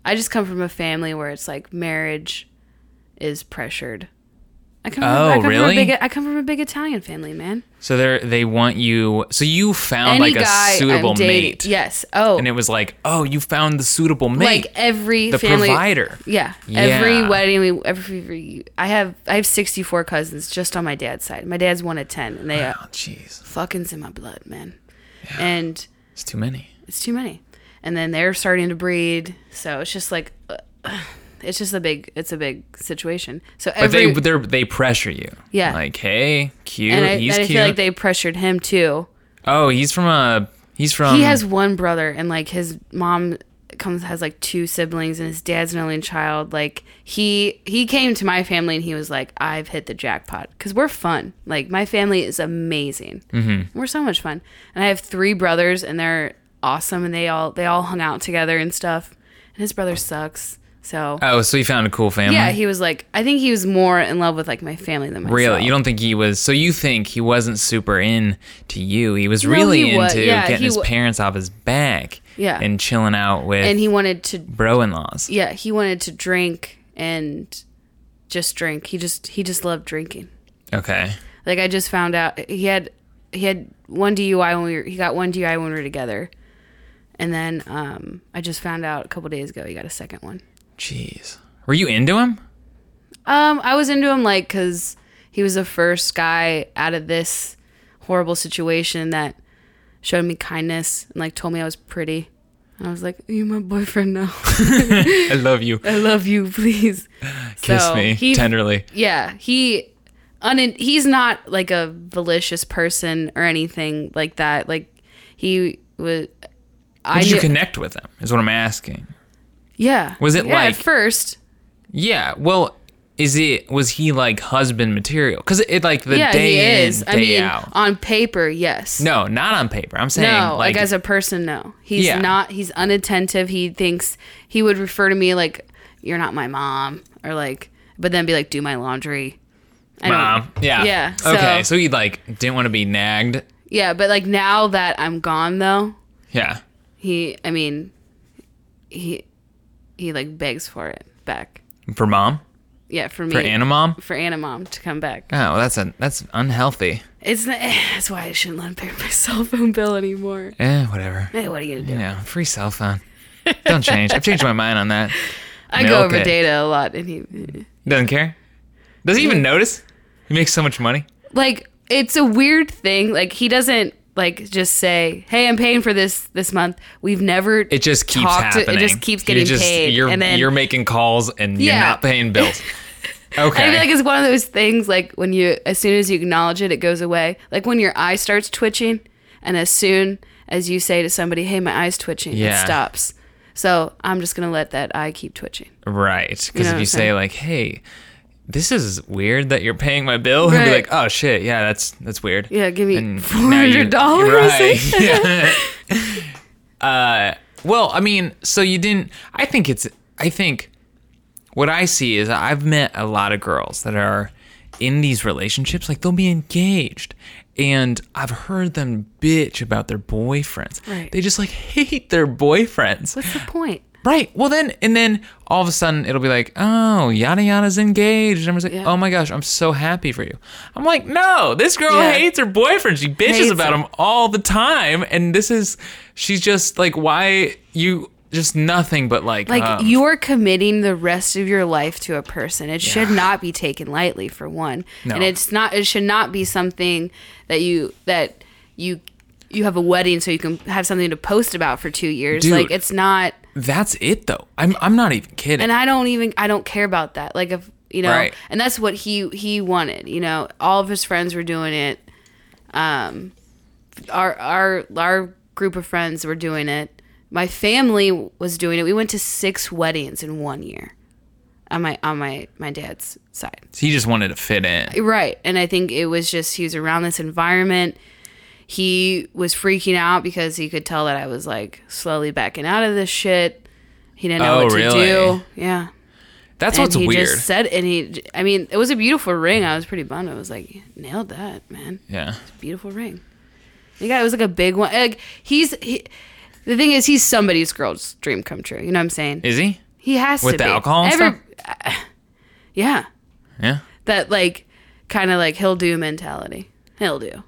Speaker 3: I just come from a family where it's like marriage is pressured. I come.
Speaker 2: Oh,
Speaker 3: from, I come
Speaker 2: really?
Speaker 3: From a big, I come from a big Italian family, man.
Speaker 2: So they they want you. So you found
Speaker 3: Any
Speaker 2: like a
Speaker 3: guy
Speaker 2: suitable
Speaker 3: I'm dating,
Speaker 2: mate,
Speaker 3: yes. Oh,
Speaker 2: and it was like, oh, you found the suitable mate,
Speaker 3: like every
Speaker 2: the
Speaker 3: family.
Speaker 2: provider.
Speaker 3: Yeah. Every
Speaker 2: Yeah.
Speaker 3: wedding we every I have I have 64 cousins just on my dad's side. My dad's one of 10 and they uh,
Speaker 2: Oh, jeez,
Speaker 3: fucking's in my blood, man. And
Speaker 2: it's too many.
Speaker 3: it's too many. And then they're starting to breed, so it's just like uh, it's just a big it's a big situation. So
Speaker 2: But
Speaker 3: every
Speaker 2: they they they pressure you.
Speaker 3: Yeah.
Speaker 2: Like, hey, cute.
Speaker 3: and I,
Speaker 2: he's
Speaker 3: and I
Speaker 2: cute.
Speaker 3: feel like they pressured him too.
Speaker 2: oh, he's from a. He's from.
Speaker 3: he has one brother and like his mom comes has like two siblings and his dad's an only child like he he came to my family and he was like i've hit the jackpot because we're fun like my family is amazing mm-hmm. we're so much fun and i have three brothers and they're awesome and they all they all hung out together and stuff and his brother sucks so
Speaker 2: Oh, so he found a cool family.
Speaker 3: yeah he was like i think he was more in love with like my family than myself
Speaker 2: Really, you don't think he was? So you think he wasn't super in to you? He was
Speaker 3: No,
Speaker 2: really
Speaker 3: he
Speaker 2: into
Speaker 3: wa- yeah,
Speaker 2: getting
Speaker 3: he
Speaker 2: his
Speaker 3: wa-
Speaker 2: parents off his back,
Speaker 3: Yeah.
Speaker 2: and chilling out with
Speaker 3: and he wanted to
Speaker 2: bro-in-laws.
Speaker 3: yeah he wanted to drink and just drink he just he just loved drinking
Speaker 2: Okay,
Speaker 3: like i just found out he had he had one dui when we were, he got one dui when we were together and then um i just found out a couple days ago he got a second one
Speaker 2: jeez, were you into him?
Speaker 3: um i was into him like because he was the first guy out of this horrible situation that showed me kindness and like told me i was pretty and i was like you my boyfriend now
Speaker 2: I love you.
Speaker 3: i love you please
Speaker 2: Kiss
Speaker 3: So
Speaker 2: me
Speaker 3: he-
Speaker 2: tenderly.
Speaker 3: yeah he un- he's not like a malicious person or anything like that like he was i
Speaker 2: Did you
Speaker 3: knew-
Speaker 2: connect with him? Is what I'm asking.
Speaker 3: yeah
Speaker 2: Was it
Speaker 3: Yeah,
Speaker 2: like-
Speaker 3: at first
Speaker 2: Yeah. Well, is it? Was he like husband material? Because it, it, like the
Speaker 3: yeah
Speaker 2: day
Speaker 3: he
Speaker 2: in,
Speaker 3: is
Speaker 2: day
Speaker 3: i mean
Speaker 2: out.
Speaker 3: on paper yes
Speaker 2: No, not on paper. I'm saying
Speaker 3: no
Speaker 2: like,
Speaker 3: like, as a person no he's
Speaker 2: Yeah.
Speaker 3: not he's unattentive he thinks he would refer to me like you're not my mom or like but then be like do my laundry I don't-
Speaker 2: mom. Yeah.
Speaker 3: yeah so,
Speaker 2: Okay. So he like didn't want to be nagged.
Speaker 3: yeah but like now that i'm gone though
Speaker 2: Yeah.
Speaker 3: he i mean he he like begs for it back
Speaker 2: For mom.
Speaker 3: yeah for me
Speaker 2: For Anna mom.
Speaker 3: for Anna mom to come back
Speaker 2: Oh, well, that's a that's unhealthy.
Speaker 3: it's not, that's why i shouldn't let him pay my cell phone bill anymore
Speaker 2: Eh, whatever.
Speaker 3: hey what are you gonna do
Speaker 2: You know, free cell phone. Don't change. I've changed my mind on that.
Speaker 3: i go
Speaker 2: Milk
Speaker 3: over
Speaker 2: it.
Speaker 3: data a lot and he
Speaker 2: Doesn't care. Does he even notice? He makes so much money.
Speaker 3: like it's a weird thing like he doesn't like just say hey i'm paying for this this month we've never
Speaker 2: It just keeps
Speaker 3: talked to-
Speaker 2: happening.
Speaker 3: it just keeps
Speaker 2: You
Speaker 3: getting
Speaker 2: just-
Speaker 3: paid
Speaker 2: You're
Speaker 3: and then
Speaker 2: you're making calls and you're
Speaker 3: Yeah.
Speaker 2: not paying bills.
Speaker 3: I
Speaker 2: Okay.
Speaker 3: feel like it's one of those things like when you as soon as you acknowledge it, it goes away. Like when your eye starts twitching, and as soon as you say to somebody, "Hey, my eye's twitching,"
Speaker 2: Yeah.
Speaker 3: it stops. So I'm just gonna let that eye keep twitching.
Speaker 2: Right. Because
Speaker 3: know
Speaker 2: if
Speaker 3: what
Speaker 2: you
Speaker 3: I'm
Speaker 2: say
Speaker 3: saying?
Speaker 2: like, "Hey, this is weird that you're paying my bill," he'll be
Speaker 3: Right.
Speaker 2: like, "Oh shit, yeah, that's that's weird."
Speaker 3: Yeah, give me
Speaker 2: And
Speaker 3: four
Speaker 2: now you-
Speaker 3: hundred dollars.
Speaker 2: Right. yeah. uh, well, I mean, so you didn't. I think it's. I think what I see is I've met a lot of girls that are in these relationships. Like they'll be engaged, and I've heard them bitch about their boyfriends.
Speaker 3: Right.
Speaker 2: They just like hate their boyfriends.
Speaker 3: What's the point?
Speaker 2: Right. Well, then, and then all of a sudden it'll be like, oh, yada yada's engaged. And I'm just like,
Speaker 3: Yeah.
Speaker 2: oh my gosh, I'm so happy for you. I'm like, no, this girl
Speaker 3: Yeah.
Speaker 2: hates her boyfriend. She bitches
Speaker 3: Hates
Speaker 2: about him.
Speaker 3: him.
Speaker 2: all the time. And this is, she's just like, why you, just nothing but like,
Speaker 3: Like
Speaker 2: um,
Speaker 3: you're committing the rest of your life to a person. It should
Speaker 2: Yeah.
Speaker 3: not be taken lightly for one.
Speaker 2: No.
Speaker 3: And it's not it should not be something that you that you you have a wedding so you can have something to post about for 2 years.
Speaker 2: Dude.
Speaker 3: Like it's not
Speaker 2: That's it though. I'm I'm not even kidding.
Speaker 3: and I don't even I don't care about that. Like if you know,
Speaker 2: Right.
Speaker 3: and that's what he he wanted. You know, all of his friends were doing it. Um, our our our group of friends were doing it. My family was doing it. We went to six weddings in one year, on my on my my dad's side.
Speaker 2: he just wanted to fit in.
Speaker 3: Right. And I think it was just he was around this environment. He was freaking out because he could tell that I was like slowly backing out of this shit. He didn't know
Speaker 2: Oh,
Speaker 3: what
Speaker 2: really?
Speaker 3: to do. Yeah.
Speaker 2: That's
Speaker 3: and
Speaker 2: what's
Speaker 3: he
Speaker 2: weird.
Speaker 3: just said and he I mean, it was a beautiful ring. I was pretty bummed. I was like, nailed that, man.
Speaker 2: yeah.
Speaker 3: Beautiful ring. The guy was like a big one. Like he's he, the thing is he's somebody's girl's dream come true. You know what I'm saying?
Speaker 2: Is he?
Speaker 3: He has
Speaker 2: With
Speaker 3: to
Speaker 2: the
Speaker 3: be.
Speaker 2: alcohol and
Speaker 3: yeah.
Speaker 2: Yeah.
Speaker 3: That like kind of like he'll do mentality. He'll do.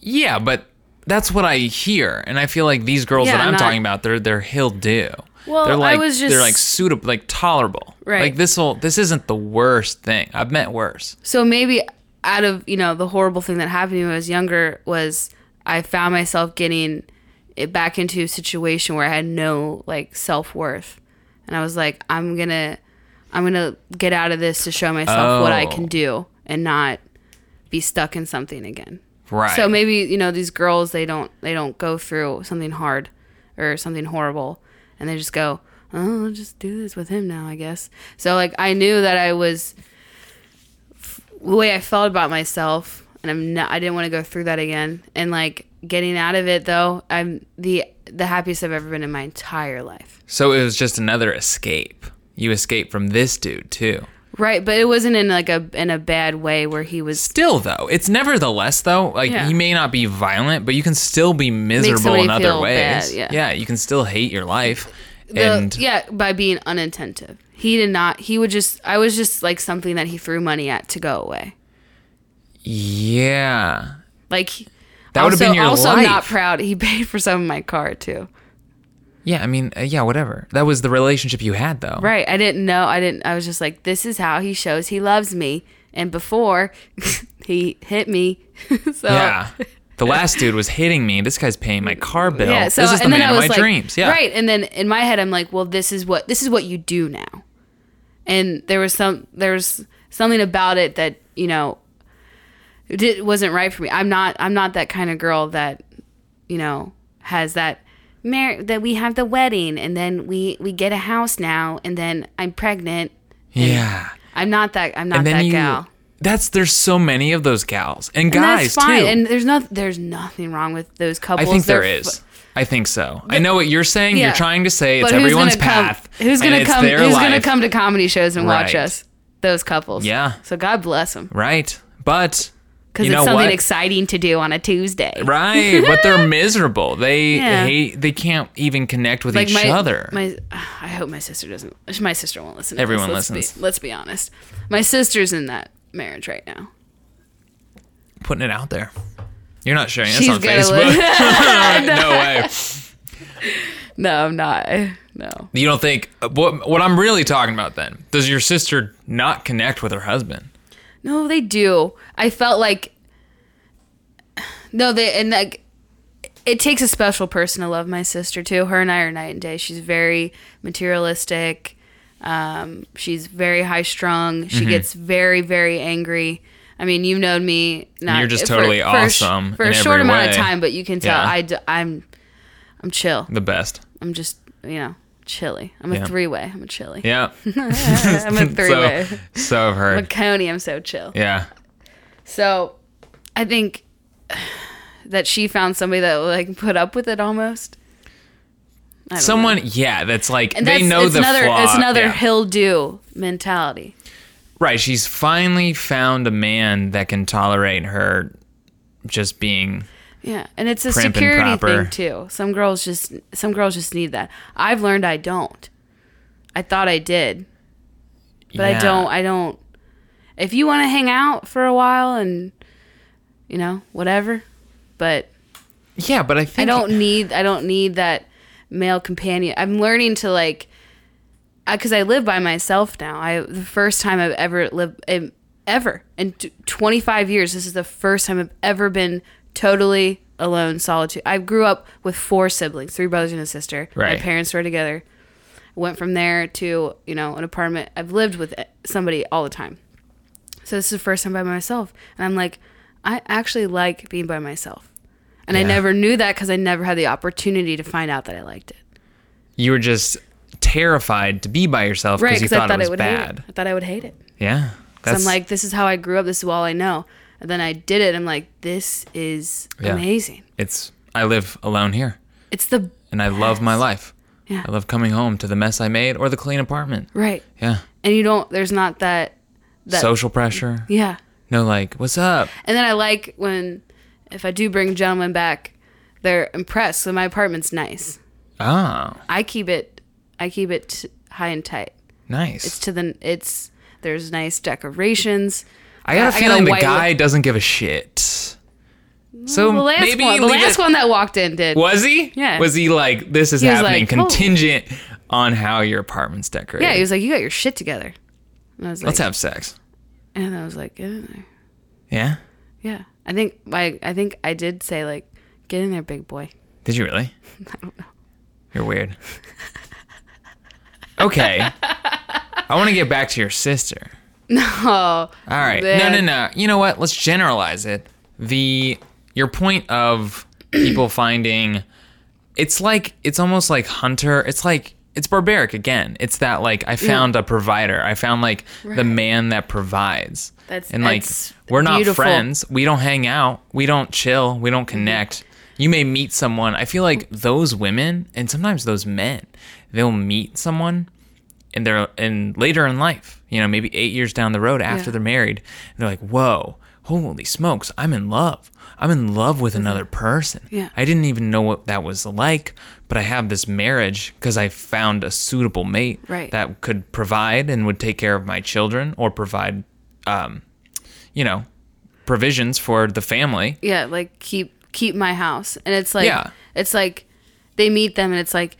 Speaker 2: Yeah, but that's what I hear, and I feel like these girls
Speaker 3: Yeah,
Speaker 2: that I'm
Speaker 3: not-
Speaker 2: talking about, they're they're he'll do.
Speaker 3: Well,
Speaker 2: they're
Speaker 3: I
Speaker 2: like,
Speaker 3: was
Speaker 2: they're
Speaker 3: just-
Speaker 2: like suitable, like tolerable.
Speaker 3: Right.
Speaker 2: Like this will this isn't the worst thing I've met worse.
Speaker 3: So maybe out of, you know, the horrible thing that happened to me when I was younger was I found myself getting it back into a situation where I had no like self-worth. And I was like, I'm going to I'm going to get out of this to show myself what I
Speaker 2: Oh.
Speaker 3: can do and not be stuck in something again.
Speaker 2: Right.
Speaker 3: So maybe, you know, these girls they don't they don't go through something hard or something horrible and they just go, "Oh, I'll just do this with him now, I guess." So like I knew that I was the way I felt about myself, and I'm not. I didn't want to go through that again. And like getting out of it though, I'm the the happiest I've ever been in my entire life.
Speaker 2: so it was just another escape. You escape from this dude too.
Speaker 3: Right, but it wasn't in like a in a bad way where he was
Speaker 2: Still though, it's nevertheless though. Like
Speaker 3: Yeah.
Speaker 2: he may not be violent, but you can still be miserable
Speaker 3: somebody
Speaker 2: in other
Speaker 3: feel
Speaker 2: ways.
Speaker 3: bad, yeah.
Speaker 2: you can still hate your life.
Speaker 3: the-
Speaker 2: and
Speaker 3: yeah by being unattentive. He did not. He would just. I was just like something that he threw money at to go away.
Speaker 2: yeah.
Speaker 3: Like
Speaker 2: That would've
Speaker 3: also-
Speaker 2: been your
Speaker 3: Also, not
Speaker 2: life.
Speaker 3: proud. He paid for some of my car too.
Speaker 2: Yeah, I mean, uh, yeah, whatever. That was the relationship you had, though.
Speaker 3: Right. I didn't know. I didn't. I was just like, this is how he shows he loves me. And before he hit me, so
Speaker 2: Yeah. The last dude was hitting me. This guy's paying my car bill.
Speaker 3: yeah. So
Speaker 2: this is the
Speaker 3: and then
Speaker 2: man
Speaker 3: I
Speaker 2: of
Speaker 3: was
Speaker 2: my
Speaker 3: like,
Speaker 2: dreams. Yeah.
Speaker 3: Right. And then in my head, I'm like, well, this is what this is what you do now. And there was some there was something about it that you know it did, wasn't right for me. I'm not I'm not that kind of girl that you know has that mar- that we have the wedding and then we we get a house now and then I'm pregnant
Speaker 2: Yeah.
Speaker 3: I'm not that. I'm not
Speaker 2: And then
Speaker 3: that
Speaker 2: you.
Speaker 3: gal.
Speaker 2: That's there's so many of those gals and
Speaker 3: And
Speaker 2: guys
Speaker 3: that's fine.
Speaker 2: too.
Speaker 3: And there's not. There's nothing wrong with those
Speaker 2: I
Speaker 3: couples.
Speaker 2: think there
Speaker 3: They're
Speaker 2: is.
Speaker 3: fu-
Speaker 2: I think so. I know what you're saying.
Speaker 3: Yeah.
Speaker 2: You're trying to say it's
Speaker 3: but who's
Speaker 2: everyone's
Speaker 3: gonna come-
Speaker 2: path.
Speaker 3: who's
Speaker 2: and
Speaker 3: gonna
Speaker 2: it's
Speaker 3: come?
Speaker 2: their
Speaker 3: Who's gonna
Speaker 2: life.
Speaker 3: come to comedy shows and watch
Speaker 2: Right.
Speaker 3: us? Those couples.
Speaker 2: Yeah.
Speaker 3: So God bless them
Speaker 2: Right. But
Speaker 3: because
Speaker 2: you
Speaker 3: it's
Speaker 2: know
Speaker 3: something
Speaker 2: what?
Speaker 3: exciting to do on a Tuesday.
Speaker 2: right. But they're miserable. They
Speaker 3: Yeah.
Speaker 2: hate. They can't even connect with
Speaker 3: Like
Speaker 2: each
Speaker 3: my,
Speaker 2: other.
Speaker 3: my, I hope my sister doesn't. My sister won't listen. To
Speaker 2: Everyone
Speaker 3: this. Let's
Speaker 2: listens.
Speaker 3: Be, let's be honest. My sister's in that marriage right now.
Speaker 2: Putting it out there. You're not sharing this
Speaker 3: She's
Speaker 2: on
Speaker 3: gonna
Speaker 2: Facebook. no way.
Speaker 3: No, I'm not. No.
Speaker 2: You don't think what what I'm really talking about then? Does your sister not connect with her husband?
Speaker 3: No, they do. I felt like no, they and like it takes a special person to love my sister too. Her and I are night and day. She's very materialistic. Um, she's very high strung.
Speaker 2: Mm-hmm.
Speaker 3: She gets very very angry. I mean, you've known me. Not,
Speaker 2: You're just
Speaker 3: for-
Speaker 2: totally
Speaker 3: for a sh-
Speaker 2: awesome
Speaker 3: for a
Speaker 2: in
Speaker 3: short
Speaker 2: every
Speaker 3: amount of
Speaker 2: way.
Speaker 3: time, but you can tell
Speaker 2: Yeah.
Speaker 3: I d- I'm I'm chill.
Speaker 2: The best.
Speaker 3: I'm just you know chilly. I'm a
Speaker 2: Yeah.
Speaker 3: three way. I'm a chilly.
Speaker 2: Yeah.
Speaker 3: I'm a three
Speaker 2: so
Speaker 3: way.
Speaker 2: so I've
Speaker 3: I'm a
Speaker 2: heard.
Speaker 3: coney. I'm so chill.
Speaker 2: Yeah.
Speaker 3: So I think that she found somebody that would like put up with it almost. I don't know.
Speaker 2: Someone, yeah, that's like
Speaker 3: And
Speaker 2: they
Speaker 3: that's,
Speaker 2: know
Speaker 3: it's
Speaker 2: the
Speaker 3: another,
Speaker 2: flaw.
Speaker 3: It's another
Speaker 2: yeah.
Speaker 3: he'll do mentality.
Speaker 2: Right, she's finally found a man that can tolerate her just being
Speaker 3: Yeah, and it's a
Speaker 2: Primp and
Speaker 3: security
Speaker 2: proper.
Speaker 3: thing too. Some girls just some girls just need that. I've learned I don't. I thought I did, but I
Speaker 2: yeah.
Speaker 3: don't. I don't. If you want to hang out for a while and you know whatever, but
Speaker 2: Yeah, but I think
Speaker 3: I don't need I don't need that male companion. I'm learning to like because I live by myself now. I the first time I've ever lived em- ever in t- 25 years. This is the first time I've ever been totally alone, solitude. I grew up with four siblings, three brothers and a sister. My
Speaker 2: Right.
Speaker 3: parents were together. Went from there to, you know, an apartment. I've lived with eh, somebody all the time. So this is the first time by myself. And I'm like, I actually like being by myself. And I
Speaker 2: Yeah.
Speaker 3: never knew that because I never had the opportunity to find out that I liked it.
Speaker 2: You were just terrified to be by yourself
Speaker 3: Right.
Speaker 2: because you
Speaker 3: Because
Speaker 2: thought,
Speaker 3: I
Speaker 2: it
Speaker 3: thought
Speaker 2: was
Speaker 3: I would hate
Speaker 2: bad.
Speaker 3: it. I thought I would hate it.
Speaker 2: Yeah.
Speaker 3: So I'm like, this is how I grew up. This is all I know. And then I did it. I'm like, this is
Speaker 2: Yeah.
Speaker 3: amazing.
Speaker 2: it's I live alone here
Speaker 3: It's the
Speaker 2: and I love my life.
Speaker 3: Yeah.
Speaker 2: I love coming home to the mess I made or the clean apartment.
Speaker 3: right.
Speaker 2: Yeah.
Speaker 3: And you don't, there's not that, that,
Speaker 2: Social pressure.
Speaker 3: yeah.
Speaker 2: No like, what's up?
Speaker 3: And then I like when, if I do bring gentlemen back, they're impressed. So my apartment's nice.
Speaker 2: Oh,
Speaker 3: I keep it, I keep it t- high and tight.
Speaker 2: nice.
Speaker 3: It's to the, it's, there's nice decorations.
Speaker 2: I got a
Speaker 3: I got
Speaker 2: feeling
Speaker 3: a
Speaker 2: the
Speaker 3: white Mm,
Speaker 2: guy doesn't give a shit. So
Speaker 3: the last
Speaker 2: maybe
Speaker 3: one, the
Speaker 2: leave it-
Speaker 3: last one that walked in did.
Speaker 2: was he?
Speaker 3: Yeah.
Speaker 2: Was he like this is
Speaker 3: He was
Speaker 2: happening
Speaker 3: like, "Oh."
Speaker 2: contingent on how your apartment's decorated?
Speaker 3: Yeah, he was like, "You got your shit together." And I was like,
Speaker 2: Let's have sex.
Speaker 3: and I was like, "Get in there."
Speaker 2: Yeah.
Speaker 3: Yeah, I think my, I think I did say like, "Get in there, big boy."
Speaker 2: Did you really?
Speaker 3: I don't know.
Speaker 2: You're weird. Okay. I want to get back to your sister.
Speaker 3: Oh,
Speaker 2: All right.
Speaker 3: Then-
Speaker 2: No, no, no. You know what? Let's generalize it. The your point of people finding it's like it's almost like hunter. It's like it's barbaric again. It's that like I found a provider. I found like the man that provides.
Speaker 3: That's-
Speaker 2: and like
Speaker 3: that's
Speaker 2: we're not
Speaker 3: beautiful. Mm-hmm.
Speaker 2: friends. We don't hang out. We don't chill. We don't connect. You may meet someone. I feel like those women and sometimes those men, they'll meet someone and they're and later in life, you know, maybe eight years down the road after
Speaker 3: Yeah.
Speaker 2: they're married, and they're like, "Whoa, holy smokes, I'm in love. I'm in love with another person.
Speaker 3: Mm-hmm. Yeah.
Speaker 2: I didn't even know what that was like, but I have this marriage because I found a suitable mate
Speaker 3: Right.
Speaker 2: that could provide and would take care of my children or provide, um, you know, provisions for the family.
Speaker 3: yeah, like keep keep my house, and it's like,
Speaker 2: Yeah.
Speaker 3: it's like they meet them, and it's like,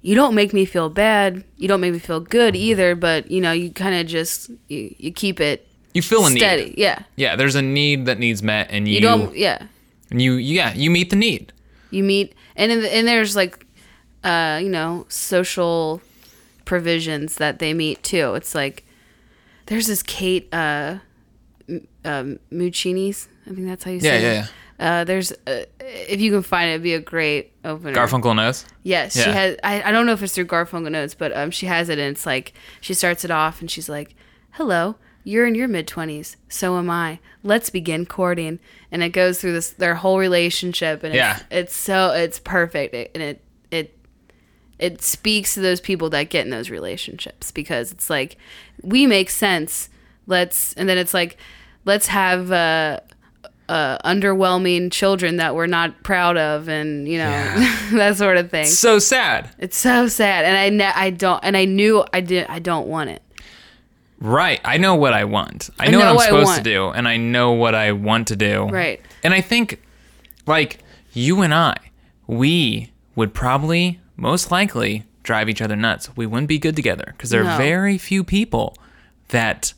Speaker 3: you don't make me feel bad, you don't make me feel good either, but you know, you kind of just you, you keep it
Speaker 2: You feel a
Speaker 3: steady.
Speaker 2: need.
Speaker 3: Yeah,
Speaker 2: Yeah, there's a need that needs met, and you,
Speaker 3: you don't. Yeah,
Speaker 2: and you yeah you meet the need.
Speaker 3: you meet and in and there's like uh you know social provisions that they meet too it's like there's this kate uh M- um muccini's i think that's how you say
Speaker 2: Yeah,
Speaker 3: it
Speaker 2: yeah,
Speaker 3: uh there's uh, if you can find it it'd be a great opener
Speaker 2: Garfunkel knows.
Speaker 3: Yes, she
Speaker 2: Yeah.
Speaker 3: has. I, I don't know if it's through Garfunkel notes, but um, she has it, and it's like she starts it off, and she's like, "Hello, you're in your mid twenties, so am I. Let's begin courting." And it goes through this their whole relationship, and it's,
Speaker 2: Yeah.
Speaker 3: it's so it's perfect, it, and it it it speaks to those people that get in those relationships because it's like we make sense. Let's and then it's like let's have. Uh, uh, underwhelming children that we're not proud of, and you know
Speaker 2: Yeah.
Speaker 3: that sort of thing.
Speaker 2: So sad.
Speaker 3: It's so sad, and I ne- I don't, and I knew I did. I don't want it.
Speaker 2: Right. I know what I want. I know,
Speaker 3: know
Speaker 2: what I'm
Speaker 3: what I
Speaker 2: supposed to
Speaker 3: want.
Speaker 2: do, and I know what I want to do.
Speaker 3: Right.
Speaker 2: And I think, like, you and I, we would probably, most likely, drive each other nuts. We wouldn't be good together because there are
Speaker 3: No.
Speaker 2: very few people that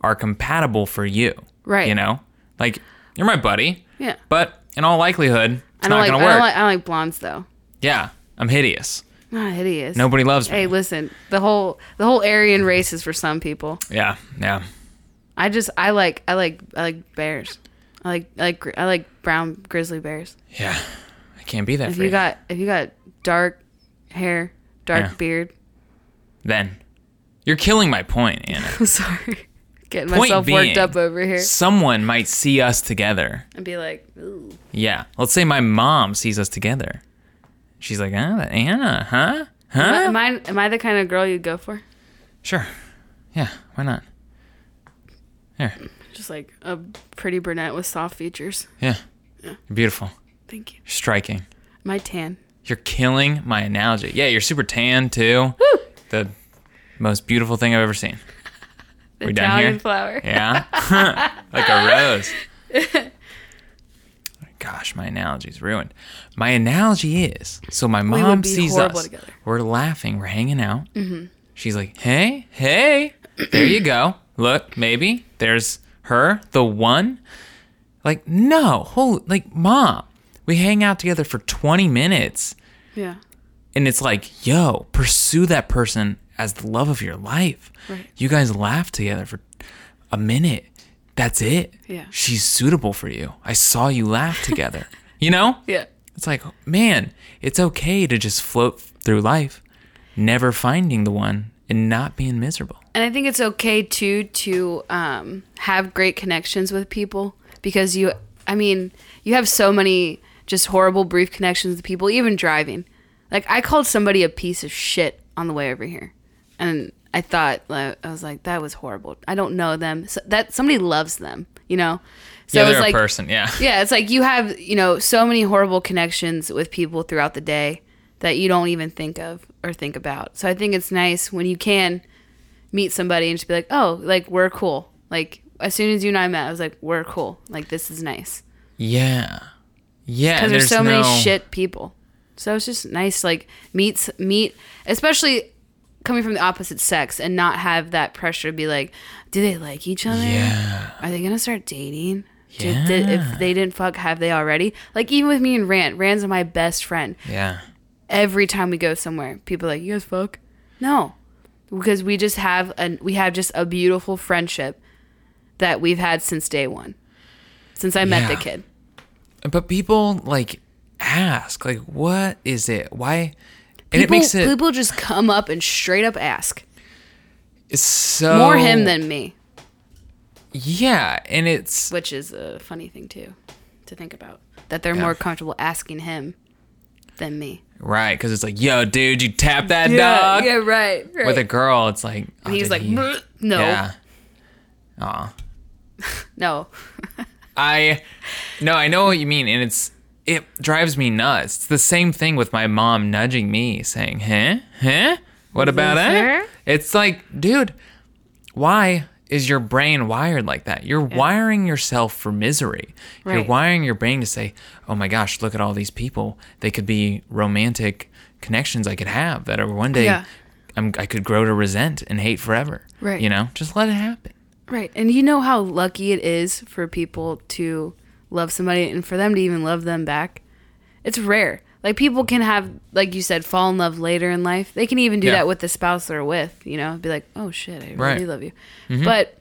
Speaker 2: are compatible for you.
Speaker 3: Right.
Speaker 2: You know? Like, you're my buddy.
Speaker 3: Yeah.
Speaker 2: But in all likelihood, it's not
Speaker 3: I don't like.
Speaker 2: going to
Speaker 3: I
Speaker 2: work.
Speaker 3: don't like. I don't like blondes though.
Speaker 2: yeah. I'm hideous.
Speaker 3: Ah, hideous.
Speaker 2: Nobody loves me.
Speaker 3: Hey, listen. The whole the whole Aryan race is for some people.
Speaker 2: Yeah. Yeah.
Speaker 3: I just I like I like I like bears. I like I like gri- I like brown grizzly bears.
Speaker 2: Yeah. I can't be that
Speaker 3: If
Speaker 2: for you.
Speaker 3: you got if you got dark hair, dark
Speaker 2: Yeah.
Speaker 3: beard.
Speaker 2: then. You're killing my point, Anna.
Speaker 3: I'm sorry. Getting
Speaker 2: Point
Speaker 3: myself
Speaker 2: being,
Speaker 3: worked up over here
Speaker 2: Someone might see us together.
Speaker 3: and be like, Ooh.
Speaker 2: Yeah. Let's say my mom sees us together. She's like, ah, that Anna, huh? Huh?
Speaker 3: am I am I the kind of girl you'd go for?
Speaker 2: Sure. Yeah. Why not? Here.
Speaker 3: Just like a pretty brunette with soft features.
Speaker 2: Yeah. You're beautiful.
Speaker 3: Thank you.
Speaker 2: You're striking.
Speaker 3: My tan.
Speaker 2: You're killing my analogy. Yeah. You're super tan too. The most beautiful thing I've ever seen. we done
Speaker 3: Italian
Speaker 2: here?
Speaker 3: flower.
Speaker 2: Yeah. like a rose. Gosh, my analogy's ruined. My analogy is so my
Speaker 3: would
Speaker 2: mom
Speaker 3: be
Speaker 2: sees
Speaker 3: horrible
Speaker 2: us.
Speaker 3: together. Mm-hmm.
Speaker 2: We're laughing, we're hanging out. She's like, hey, hey, there you go. Look, maybe there's her, the one. Like, no, holy, like, mom, we hang out together for 20 minutes
Speaker 3: Yeah.
Speaker 2: and it's like, yo, pursue that person as the love of your life.
Speaker 3: Right.
Speaker 2: You guys laugh together for a minute. That's it.
Speaker 3: Yeah.
Speaker 2: She's suitable for you. I saw you laugh together. you know?
Speaker 3: Yeah.
Speaker 2: It's like, man, it's okay to just float through life, never finding the one and not being miserable.
Speaker 3: And I think it's okay too to um, have great connections with people because you, I mean, you have so many just horrible brief connections with people, even driving. Like I called somebody a piece of shit on the way over here, and I thought like, I was like, that was horrible. I don't know them. So that somebody loves them, you know. So
Speaker 2: yeah,
Speaker 3: it's
Speaker 2: they're
Speaker 3: like,
Speaker 2: a person. Yeah.
Speaker 3: yeah, it's like you have you know so many horrible connections with people throughout the day that you don't even think of or think about. So I think it's nice when you can meet somebody and just be like, oh, like we're cool. Like as soon as you and I met, I was like, we're cool. Like this is nice
Speaker 2: Yeah. Yeah.
Speaker 3: because
Speaker 2: and
Speaker 3: there's so
Speaker 2: no-
Speaker 3: many shit people. So it's just nice to, like meet meet especially coming from the opposite sex and not have that pressure to be like, do they like each other?
Speaker 2: Yeah.
Speaker 3: Are they gonna start dating? Did, did- if they didn't fuck, have they already? Like even with me and Rand, Rand's my best friend.
Speaker 2: Yeah.
Speaker 3: Every time we go somewhere, people are like, "You guys fuck?" No, because we just have an we have just a beautiful friendship that we've had since day one, since I met the
Speaker 2: Yeah.
Speaker 3: kid.
Speaker 2: But people like ask, like, what is it? Why? And
Speaker 3: People,
Speaker 2: it makes it
Speaker 3: people just come up and straight up ask
Speaker 2: it's so
Speaker 3: more him than me,
Speaker 2: yeah, and it's
Speaker 3: which is a funny thing too to think about that they're more comfortable asking him than me.
Speaker 2: right because it's like, yo, dude, you tap that dog
Speaker 3: yeah, right. right.
Speaker 2: with a girl. It's like oh,
Speaker 3: He's
Speaker 2: did
Speaker 3: like,
Speaker 2: he-
Speaker 3: "Bleh, no,
Speaker 2: yeah. Aw.
Speaker 3: no.
Speaker 2: I no, I know what you mean, and it's it drives me nuts. It's the same thing with my mom nudging me, saying, "Huh, huh? What about
Speaker 3: sir?"
Speaker 2: it?" It's like, dude, why is your brain wired like that? You're wiring yourself for misery. You're
Speaker 3: Right.
Speaker 2: wiring your brain to say, "Oh my gosh, look at all these people. They could be romantic connections I could have that are one day."
Speaker 3: Yeah.
Speaker 2: I'm, I could grow to resent and hate forever.
Speaker 3: Right.
Speaker 2: You know, just let it happen.
Speaker 3: Right. And you know how lucky it is for people to love somebody and for them to even love them back? It's rare. Like people can have like you said fall in love later in life. They can even do
Speaker 2: Yeah.
Speaker 3: that with the spouse they're with, you know, be like, "Oh shit, I
Speaker 2: Right. Mm-hmm.
Speaker 3: really love you." But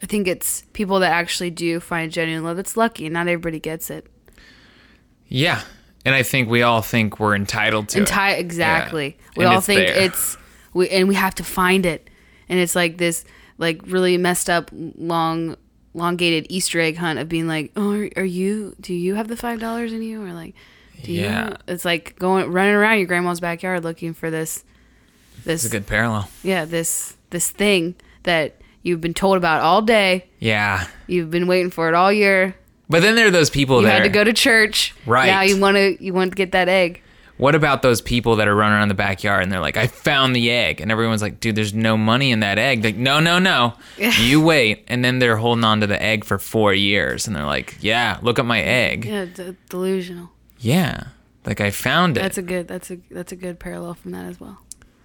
Speaker 3: I think it's people that actually do find genuine love. It's lucky. Not everybody gets it.
Speaker 2: Yeah. And I think we all think we're entitled to it.
Speaker 3: Enti- exactly. We
Speaker 2: And
Speaker 3: all
Speaker 2: it's
Speaker 3: think
Speaker 2: there.
Speaker 3: it's we and we have to find it, and it's like this like really messed up long elongated Easter egg hunt of being like, oh, are, are you? Do you have the five dollars in you? Or like, do
Speaker 2: Yeah.
Speaker 3: you? It's like going running around your grandma's backyard looking for this this
Speaker 2: It's a good parallel.
Speaker 3: yeah this this thing that you've been told about all day.
Speaker 2: Yeah.
Speaker 3: You've been waiting for it all year.
Speaker 2: But then there are those people
Speaker 3: You
Speaker 2: that
Speaker 3: had to
Speaker 2: are-
Speaker 3: go to church.
Speaker 2: Right.
Speaker 3: now, you want to you want to get that egg.
Speaker 2: what about those people that are running around the backyard and they're like, I found the egg. And everyone's like, dude, there's no money in that egg. They're like, no, no, no. you wait. And then they're holding on to the egg for four years. And they're like, yeah, look at my egg.
Speaker 3: Yeah, d- delusional.
Speaker 2: Yeah. Like I found it.
Speaker 3: That's a good. That's a that's a good parallel from that as well.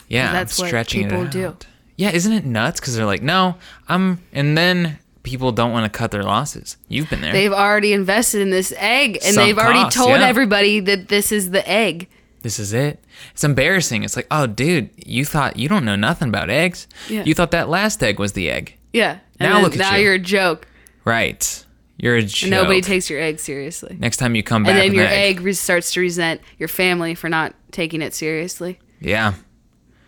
Speaker 2: yeah. I'm
Speaker 3: that's what
Speaker 2: stretching it
Speaker 3: people
Speaker 2: out.
Speaker 3: do.
Speaker 2: Yeah. Isn't it nuts? Because they're like, no, I'm. And then people don't want to cut their losses. You've been there.
Speaker 3: They've already invested in this egg,
Speaker 2: Sunk
Speaker 3: and they've already
Speaker 2: costs,
Speaker 3: told
Speaker 2: yeah.
Speaker 3: everybody that this is the egg.
Speaker 2: this is it. It's embarrassing. It's like, oh, dude, you thought you don't know nothing about eggs.
Speaker 3: Yeah.
Speaker 2: You thought that last egg was the egg.
Speaker 3: Yeah. And
Speaker 2: Now
Speaker 3: then-
Speaker 2: look at
Speaker 3: now
Speaker 2: you.
Speaker 3: are a joke.
Speaker 2: Right. You're a joke.
Speaker 3: and Nobody takes your egg seriously.
Speaker 2: Next time you come back,
Speaker 3: And then
Speaker 2: with
Speaker 3: your
Speaker 2: an egg.
Speaker 3: egg re- starts to resent your family for not taking it seriously.
Speaker 2: Yeah.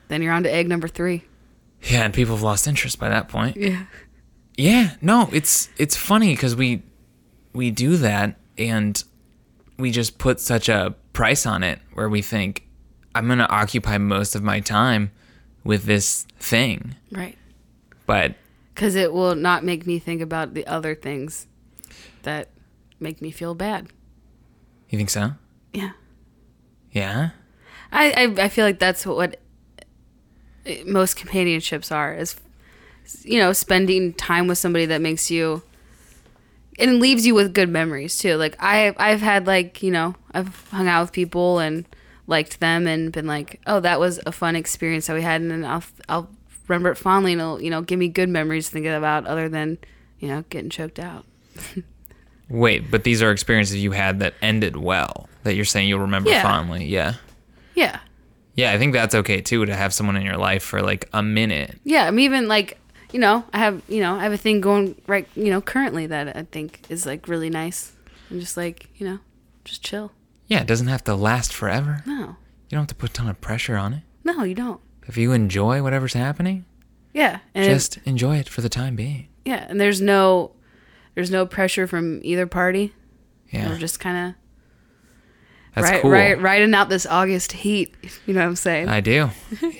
Speaker 3: Then you're on to egg number three.
Speaker 2: Yeah, and people have lost interest by that point.
Speaker 3: Yeah.
Speaker 2: Yeah, no, it's it's funny because we we do that and we just put such a price on it where we think I'm gonna occupy most of my time with this thing,
Speaker 3: Right.
Speaker 2: but
Speaker 3: Because it will not make me think about the other things that make me feel bad.
Speaker 2: you think so?
Speaker 3: Yeah.
Speaker 2: Yeah.
Speaker 3: I, I I feel like that's what most companionships are is you know spending time with somebody that makes you and leaves you with good memories too. Like I I've had like you know I've hung out with people and liked them and been like oh that was a fun experience that we had and then I'll I'll remember it fondly and it'll you know give me good memories to think about other than you know getting choked out.
Speaker 2: Wait, but these are experiences you had that ended well that you're saying you'll remember
Speaker 3: Yeah.
Speaker 2: fondly. Yeah.
Speaker 3: Yeah.
Speaker 2: Yeah, I think that's okay too to have someone in your life for like a minute.
Speaker 3: Yeah, I'm even like, you know, I have, you know, I have a thing going right, you know, currently that I think is like really nice. I'm just like, you know, just chill.
Speaker 2: Yeah, it doesn't have to last forever. You
Speaker 3: No,
Speaker 2: don't have to put a ton of pressure on it.
Speaker 3: no, you don't.
Speaker 2: If you enjoy whatever's happening,
Speaker 3: Yeah, and
Speaker 2: just enjoy it for the time being.
Speaker 3: yeah, and there's no, there's no pressure from either party.
Speaker 2: Yeah,
Speaker 3: We're just kind of
Speaker 2: that's
Speaker 3: right,
Speaker 2: cool.
Speaker 3: right, riding out this August heat. You know what I'm saying?
Speaker 2: I do.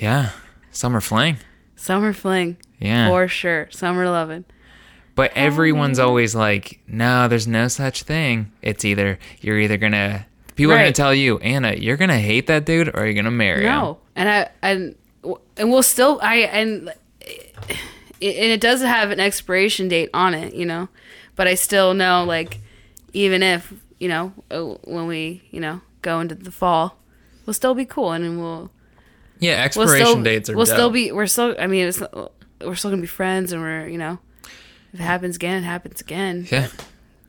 Speaker 2: Yeah, summer fling.
Speaker 3: Summer fling,
Speaker 2: Yeah,
Speaker 3: for sure. Summer loving.
Speaker 2: but everyone's
Speaker 3: Oh.
Speaker 2: always like, no, there's no such thing. It's either you're either gonna people are gonna
Speaker 3: Right.
Speaker 2: tell you, Anna, you're gonna hate that dude, or you're gonna marry him.
Speaker 3: No, and I and and we'll still I and it, and it does have an expiration date on it, you know, but I still know like even if you know uh, when we you know go into the fall, we'll still be cool and then we'll
Speaker 2: Yeah,
Speaker 3: we'll
Speaker 2: expiration
Speaker 3: still
Speaker 2: dates are.
Speaker 3: we'll
Speaker 2: dope.
Speaker 3: still be we're still I mean it's we're still gonna be friends and we're you know if it happens again it happens again
Speaker 2: Yeah,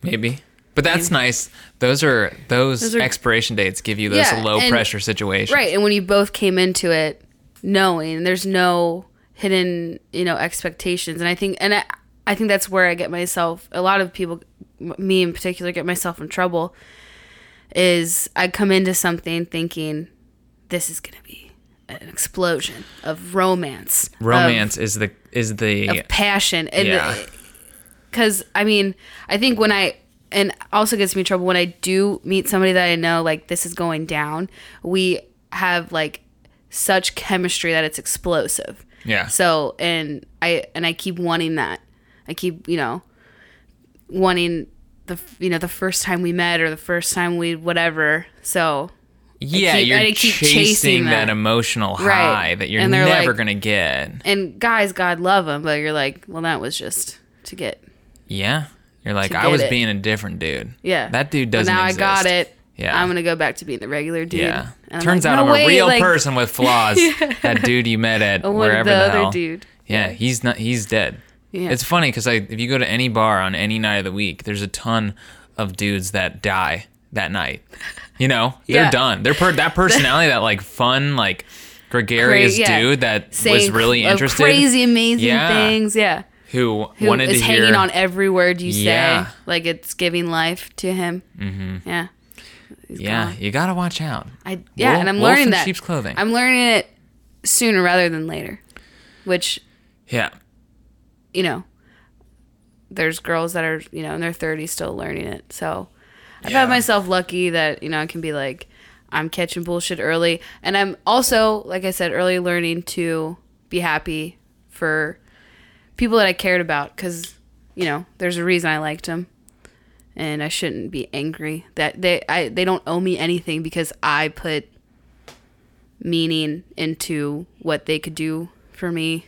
Speaker 2: maybe. But that's nice. Those are those,
Speaker 3: are-
Speaker 2: expiration dates give you those
Speaker 3: Yeah,
Speaker 2: low
Speaker 3: and-
Speaker 2: pressure situations.
Speaker 3: Right, and when you both came into it knowing there's no hidden, you know, expectations, and I think, and I, I think that's where I get myself. A lot of people, m- me in particular, get myself in trouble. Is I come into something thinking this is gonna be an explosion of romance, of-
Speaker 2: Romance is the is the
Speaker 3: of passion, and
Speaker 2: Yeah.
Speaker 3: because I mean, I think when I and also gets me in trouble when I do meet somebody that I know like this is going down. We have like such chemistry that it's explosive.
Speaker 2: yeah.
Speaker 3: So and I and I keep wanting that. I keep you know wanting the you know the first time we met or the first time we whatever. So
Speaker 2: yeah,
Speaker 3: keep-
Speaker 2: you're
Speaker 3: I keep
Speaker 2: chasing,
Speaker 3: chasing
Speaker 2: that.
Speaker 3: that.
Speaker 2: emotional
Speaker 3: Right.
Speaker 2: high that you're
Speaker 3: And they're
Speaker 2: never
Speaker 3: like-
Speaker 2: gonna get.
Speaker 3: and guys, God love them, but you're like, well, that was just to get
Speaker 2: Yeah, you're like
Speaker 3: to
Speaker 2: I
Speaker 3: get
Speaker 2: was
Speaker 3: it.
Speaker 2: being a different dude.
Speaker 3: yeah.
Speaker 2: that dude
Speaker 3: But
Speaker 2: doesn't.
Speaker 3: Now
Speaker 2: exist.
Speaker 3: I got it.
Speaker 2: Yeah.
Speaker 3: I'm gonna go back to being the regular dude.
Speaker 2: Yeah.
Speaker 3: And I'm
Speaker 2: Turns
Speaker 3: like,
Speaker 2: out
Speaker 3: "No,
Speaker 2: I'm a
Speaker 3: wait,
Speaker 2: real
Speaker 3: like,
Speaker 2: person with flaws. That dude you met at
Speaker 3: I wanted
Speaker 2: wherever
Speaker 3: the,
Speaker 2: the,
Speaker 3: other
Speaker 2: hell.
Speaker 3: dude.
Speaker 2: Yeah, he's not. He's dead.
Speaker 3: Yeah.
Speaker 2: It's funny because if you go to any bar on any night of the week, there's a ton of dudes that die that night. You know, they're
Speaker 3: Yeah.
Speaker 2: done. They're per- that personality, that like fun, like gregarious
Speaker 3: Cra- yeah.
Speaker 2: dude that was
Speaker 3: Saying
Speaker 2: really
Speaker 3: cr- uh,
Speaker 2: interested,
Speaker 3: Crazy, amazing
Speaker 2: Yeah.
Speaker 3: things. Yeah.
Speaker 2: who,
Speaker 3: Who is
Speaker 2: wanted to hear.
Speaker 3: hanging on every word you
Speaker 2: Yeah.
Speaker 3: say. Like it's giving life to him. Mm-hmm. Yeah. He's
Speaker 2: yeah,
Speaker 3: gone.
Speaker 2: you gotta watch out.
Speaker 3: I, yeah,
Speaker 2: Wolf-
Speaker 3: and I'm
Speaker 2: wolf
Speaker 3: learning
Speaker 2: in
Speaker 3: that.
Speaker 2: sheep's clothing.
Speaker 3: I'm learning it sooner rather than later, which
Speaker 2: yeah,
Speaker 3: you know, there's girls that are, you know, in their 30s still learning it. So I've
Speaker 2: Yeah.
Speaker 3: had myself lucky that, you know, I can be like, I'm catching bullshit early. And I'm also, like I said, early learning to be happy for people that I cared about because, you know, there's a reason I liked them. And I shouldn't be angry that they I they don't owe me anything because I put meaning into what they could do for me.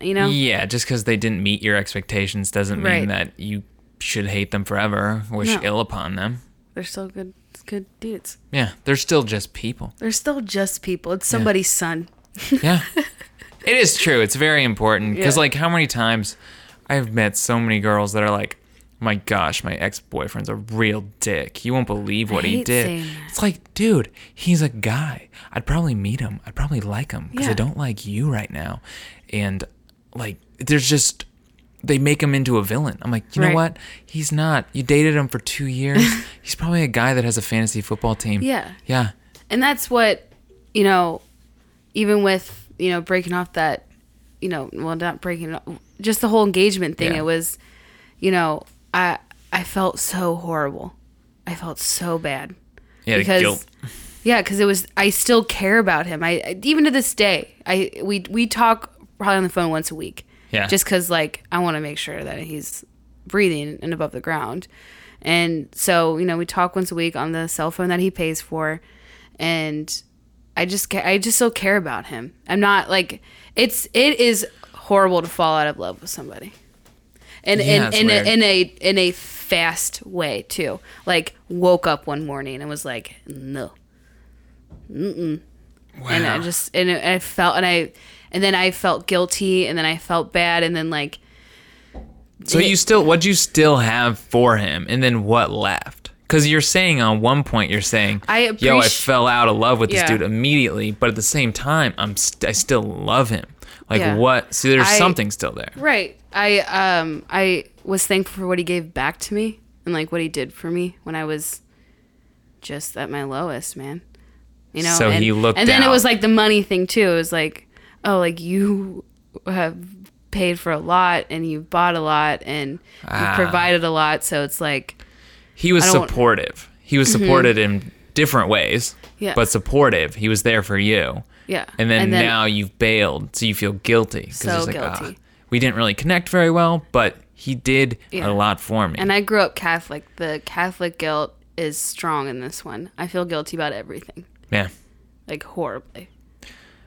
Speaker 3: You know?
Speaker 2: yeah. Just because they didn't meet your expectations doesn't mean
Speaker 3: Right.
Speaker 2: that you should hate them forever. Wish
Speaker 3: No.
Speaker 2: ill upon them.
Speaker 3: they're still good good dudes.
Speaker 2: Yeah, they're still just people.
Speaker 3: They're still just people. It's somebody's son.
Speaker 2: Yeah. it is true. It's very important because,
Speaker 3: Yeah.
Speaker 2: like, how many times I've met so many girls that are like, my gosh, my ex boyfriend's a real dick. You won't believe what he
Speaker 3: hate
Speaker 2: did.
Speaker 3: saying that.
Speaker 2: It's like, dude, he's a guy. I'd probably meet him. I'd probably like him because I
Speaker 3: Yeah.
Speaker 2: don't like you right now. And, like, there's just, they make him into a villain. I'm like, you know
Speaker 3: Right.
Speaker 2: what? He's not. You dated him for two years. he's probably a guy that has a fantasy football team.
Speaker 3: Yeah.
Speaker 2: Yeah.
Speaker 3: And that's what, you know, even with, you know, breaking off that, you know, well not breaking it off, just the whole engagement thing.
Speaker 2: Yeah.
Speaker 3: It was, you know, I I felt so horrible. I felt so bad.
Speaker 2: Yeah. the
Speaker 3: because
Speaker 2: guilt.
Speaker 3: yeah because it was i still care about him I, I- even to this day i we we talk probably on the phone once a week
Speaker 2: Yeah.
Speaker 3: just because like i want to make sure that he's breathing and above the ground and so you know we talk once a week on the cell phone that he pays for and i just ca- i just still care about him i'm not like it's it is horrible to fall out of love with somebody and
Speaker 2: Yeah,
Speaker 3: in,
Speaker 2: it's
Speaker 3: in,
Speaker 2: weird.
Speaker 3: a, in a in a fast way too. Like woke up one morning and was like, no,
Speaker 2: Wow.
Speaker 3: and I just and it- I felt and I and then I felt guilty and then I felt bad and then like
Speaker 2: So you still, what you still have for him, and then what left? Because you're saying on one point, you're saying,
Speaker 3: I
Speaker 2: yo, I
Speaker 3: appreci-
Speaker 2: fell out of love with
Speaker 3: Yeah.
Speaker 2: this dude immediately, but at the same time, I'm st- I still love him. Like
Speaker 3: Yeah.
Speaker 2: what? See, there's
Speaker 3: I-
Speaker 2: something still there.
Speaker 3: Right. I um I was thankful for what he gave back to me and like what he did for me when I was just at my lowest, man. You know.
Speaker 2: So
Speaker 3: and,
Speaker 2: he looked
Speaker 3: And then
Speaker 2: out.
Speaker 3: it was like the money thing too. It was like, oh, like you have paid for a lot and you bought a lot and you
Speaker 2: Ah.
Speaker 3: provided a lot, so it's like
Speaker 2: He was
Speaker 3: I don't- Mm-hmm.
Speaker 2: supportive. He was supported in different ways,
Speaker 3: Yeah.
Speaker 2: but supportive. He was there for you.
Speaker 3: yeah.
Speaker 2: And then, now you've bailed, so you feel guilty. 'cause
Speaker 3: So
Speaker 2: it's like, ah,
Speaker 3: guilty.
Speaker 2: we didn't really connect very well, but he did
Speaker 3: Yeah.
Speaker 2: a lot for me.
Speaker 3: and I grew up Catholic. The Catholic guilt is strong in this one. I feel guilty about everything.
Speaker 2: yeah.
Speaker 3: Like horribly.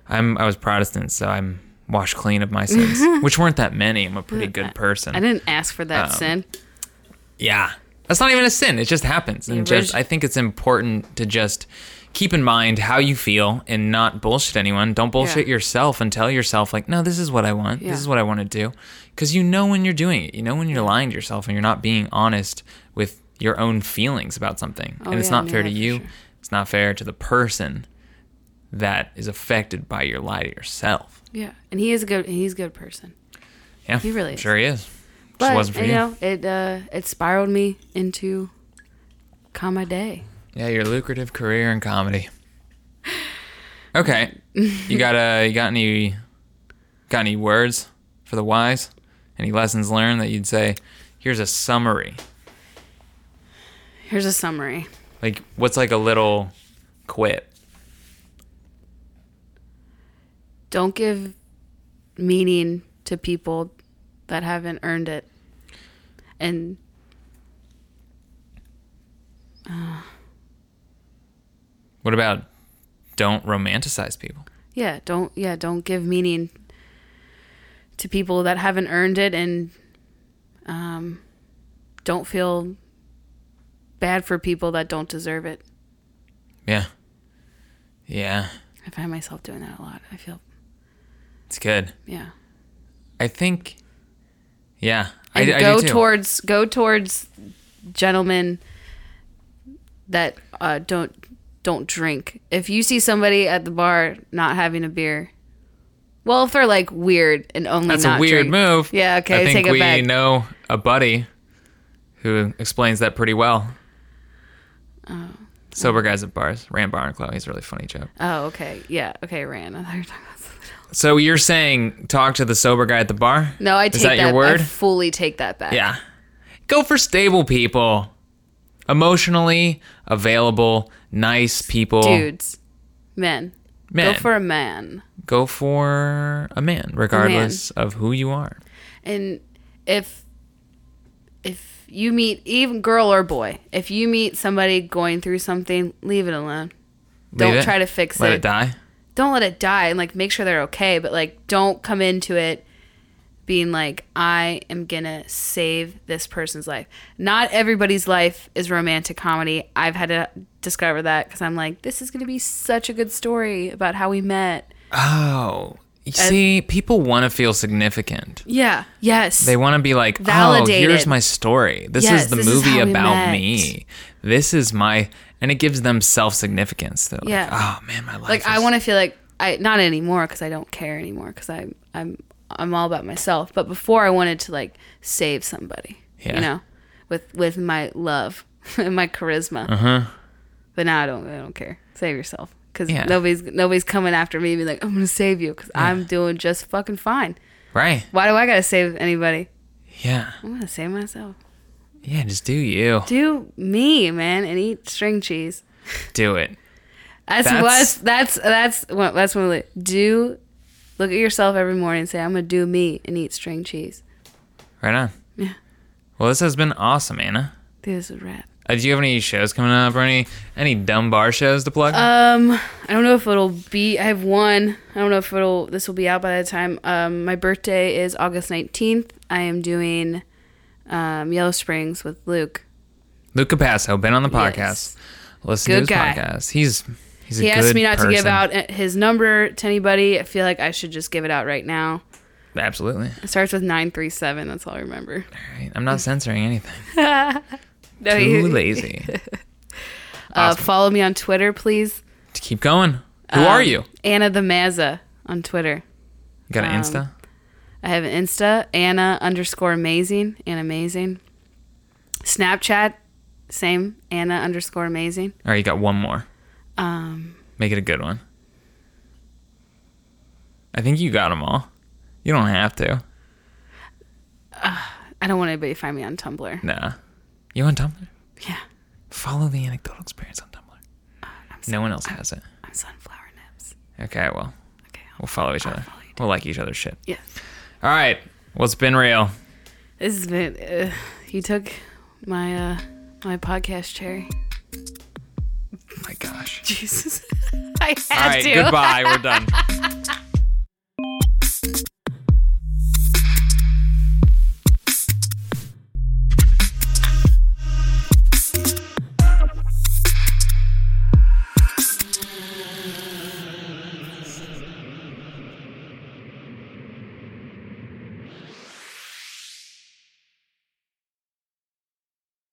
Speaker 2: I'm I was Protestant, so I'm washed clean of my sins, which weren't that many. I'm a pretty good person.
Speaker 3: I didn't ask for
Speaker 2: Oh.
Speaker 3: that sin.
Speaker 2: yeah, that's not even a sin. It just happens, and just
Speaker 3: orig-
Speaker 2: I think it's important to just keep in mind how you feel and not bullshit anyone. Don't bullshit
Speaker 3: Yeah.
Speaker 2: yourself and tell yourself like, no, this is what I want.
Speaker 3: Yeah.
Speaker 2: This is what I want to do, because you know when you're doing it. You know when you're lying to yourself and you're not being honest with your own feelings about something, and it's
Speaker 3: Oh, yeah,
Speaker 2: not
Speaker 3: no,
Speaker 2: fair to
Speaker 3: for
Speaker 2: you.
Speaker 3: sure.
Speaker 2: It's not fair to the person that is affected by your lie to yourself.
Speaker 3: Yeah, and he is a good. He's a good person.
Speaker 2: Yeah,
Speaker 3: He really
Speaker 2: I'm
Speaker 3: is.
Speaker 2: sure he is.
Speaker 3: But
Speaker 2: Just wasn't for
Speaker 3: you
Speaker 2: you.
Speaker 3: know, it uh, it spiraled me into comma day.
Speaker 2: Yeah, your lucrative career in comedy. Okay, you got uh, you got any got any words for the wise? Any lessons learned that you'd say? Here's a summary.
Speaker 3: Here's a summary.
Speaker 2: Like, what's like a little quip?
Speaker 3: Don't give meaning to people that haven't earned it, and
Speaker 2: What about don't romanticize people?
Speaker 3: yeah, don't yeah, don't give meaning to people that haven't earned it, and um, don't feel bad for people that don't deserve it.
Speaker 2: Yeah, yeah,
Speaker 3: I find myself doing that a lot. I feel
Speaker 2: it's good.
Speaker 3: yeah.
Speaker 2: I think. Yeah, I,
Speaker 3: and
Speaker 2: I
Speaker 3: go
Speaker 2: do too.
Speaker 3: towards go towards gentlemen that uh, don't don't drink. If you see somebody at the bar not having a beer, well, if they're like weird and only
Speaker 2: That's
Speaker 3: not
Speaker 2: a weird
Speaker 3: drink-
Speaker 2: move.
Speaker 3: Yeah, okay,
Speaker 2: I think
Speaker 3: take it
Speaker 2: we
Speaker 3: back.
Speaker 2: know a buddy who explains that pretty well. Sober guys at bars. Rand Barnclough. He's a really funny joke.
Speaker 3: Oh, okay, yeah, okay, Ran. I thought you were talking about something else.
Speaker 2: So you're saying talk to the sober guy at the bar?
Speaker 3: No, I take
Speaker 2: Is that your word?
Speaker 3: I fully take that back.
Speaker 2: yeah. Go for stable people. Emotionally available, nice people.
Speaker 3: dudes, men,
Speaker 2: Men.
Speaker 3: go for a man.
Speaker 2: Go for a man, regardless of who you are.
Speaker 3: and if if you meet even girl or boy if you meet somebody going through something leave it alone don't
Speaker 2: Leave it.
Speaker 3: try to fix
Speaker 2: Let
Speaker 3: it,
Speaker 2: it die.
Speaker 3: don't let it die and like make sure they're okay but like don't come into it being like i am gonna save this person's life not everybody's life is romantic comedy i've had to discover that because i'm like this is gonna be such a good story about how we met
Speaker 2: Oh. You see, people want to feel significant.
Speaker 3: yeah yes
Speaker 2: They want to be like,
Speaker 3: Validate
Speaker 2: oh, here's
Speaker 3: it.
Speaker 2: my story. This
Speaker 3: Yes,
Speaker 2: is the
Speaker 3: this is
Speaker 2: movie
Speaker 3: how we
Speaker 2: about
Speaker 3: met."
Speaker 2: me. This is my, and it gives them self significance. Though,
Speaker 3: Yeah.
Speaker 2: like, oh man, my life.
Speaker 3: like I
Speaker 2: is-
Speaker 3: want to feel like I not anymore because I don't care anymore because I'm I'm I'm all about myself. But before I wanted to like save somebody,
Speaker 2: Yeah.
Speaker 3: you know, with with my love and my charisma.
Speaker 2: Uh-huh.
Speaker 3: But now I don't I don't care. Save yourself because
Speaker 2: Yeah.
Speaker 3: nobody's nobody's coming after me. Be like I'm gonna save you because I'm doing just fucking fine.
Speaker 2: Right.
Speaker 3: Why do I gotta save anybody?
Speaker 2: Yeah.
Speaker 3: I'm gonna save myself.
Speaker 2: Yeah. Just do you.
Speaker 3: Do me, man, and eat string cheese.
Speaker 2: Do it.
Speaker 3: That's
Speaker 2: That's-
Speaker 3: what's that's that's what that's what we- do. Look at yourself every morning and say, "I'm gonna do me and eat string cheese."
Speaker 2: Right on. Yeah. Well, this has been awesome, Anna.
Speaker 3: Dude, this is a wrap.
Speaker 2: Uh, do you have any shows coming up or any any dumb bar shows to plug?
Speaker 3: Uh, Um, I don't know if it'll be. I have one. I don't know if it'll. This will be out by the time. Um, my birthday is August nineteenth. I am doing um, Yellow Springs with Luke.
Speaker 2: Luke Capasso been on the podcast.
Speaker 3: Yes.
Speaker 2: Listen to
Speaker 3: Good
Speaker 2: his
Speaker 3: guy.
Speaker 2: podcast. He's he's a
Speaker 3: He
Speaker 2: good
Speaker 3: asked me not to give
Speaker 2: person.
Speaker 3: out uh, his number to anybody. I feel like I should just give it out right now.
Speaker 2: Absolutely.
Speaker 3: It starts with nine three seven. That's all I remember.
Speaker 2: Right. I'm not censoring anything. Too
Speaker 3: No, Oh, you-
Speaker 2: lazy.
Speaker 3: Uh, follow me on Twitter, please.
Speaker 2: To keep going. Who
Speaker 3: Um,
Speaker 2: are you?
Speaker 3: Anna the Mazza on Twitter.
Speaker 2: You got an
Speaker 3: um,
Speaker 2: Insta?
Speaker 3: I have an Insta, Anna underscore amazing, Anna amazing. Snapchat, same, Anna underscore amazing.
Speaker 2: All right, you got one more.
Speaker 3: Um,
Speaker 2: Make it a good one. I think you got them all. You don't have to.
Speaker 3: I don't want anybody to find me on Tumblr.
Speaker 2: Nah. You on Tumblr?
Speaker 3: Yeah, Uh,
Speaker 2: Follow the anecdotal experience on Tumblr. no one else has it.
Speaker 3: I'm Sunflower Nips.
Speaker 2: Okay, well,
Speaker 3: Okay, I'll
Speaker 2: we'll follow each other.
Speaker 3: follow you
Speaker 2: We'll like each other's shit.
Speaker 3: yeah.
Speaker 2: All right. Well, it's been real.
Speaker 3: This has been, uh, you took my, uh, my podcast cherry.
Speaker 2: Oh my gosh.
Speaker 3: Jesus. I
Speaker 2: All
Speaker 3: had
Speaker 2: right.
Speaker 3: to.
Speaker 2: Goodbye. We're done.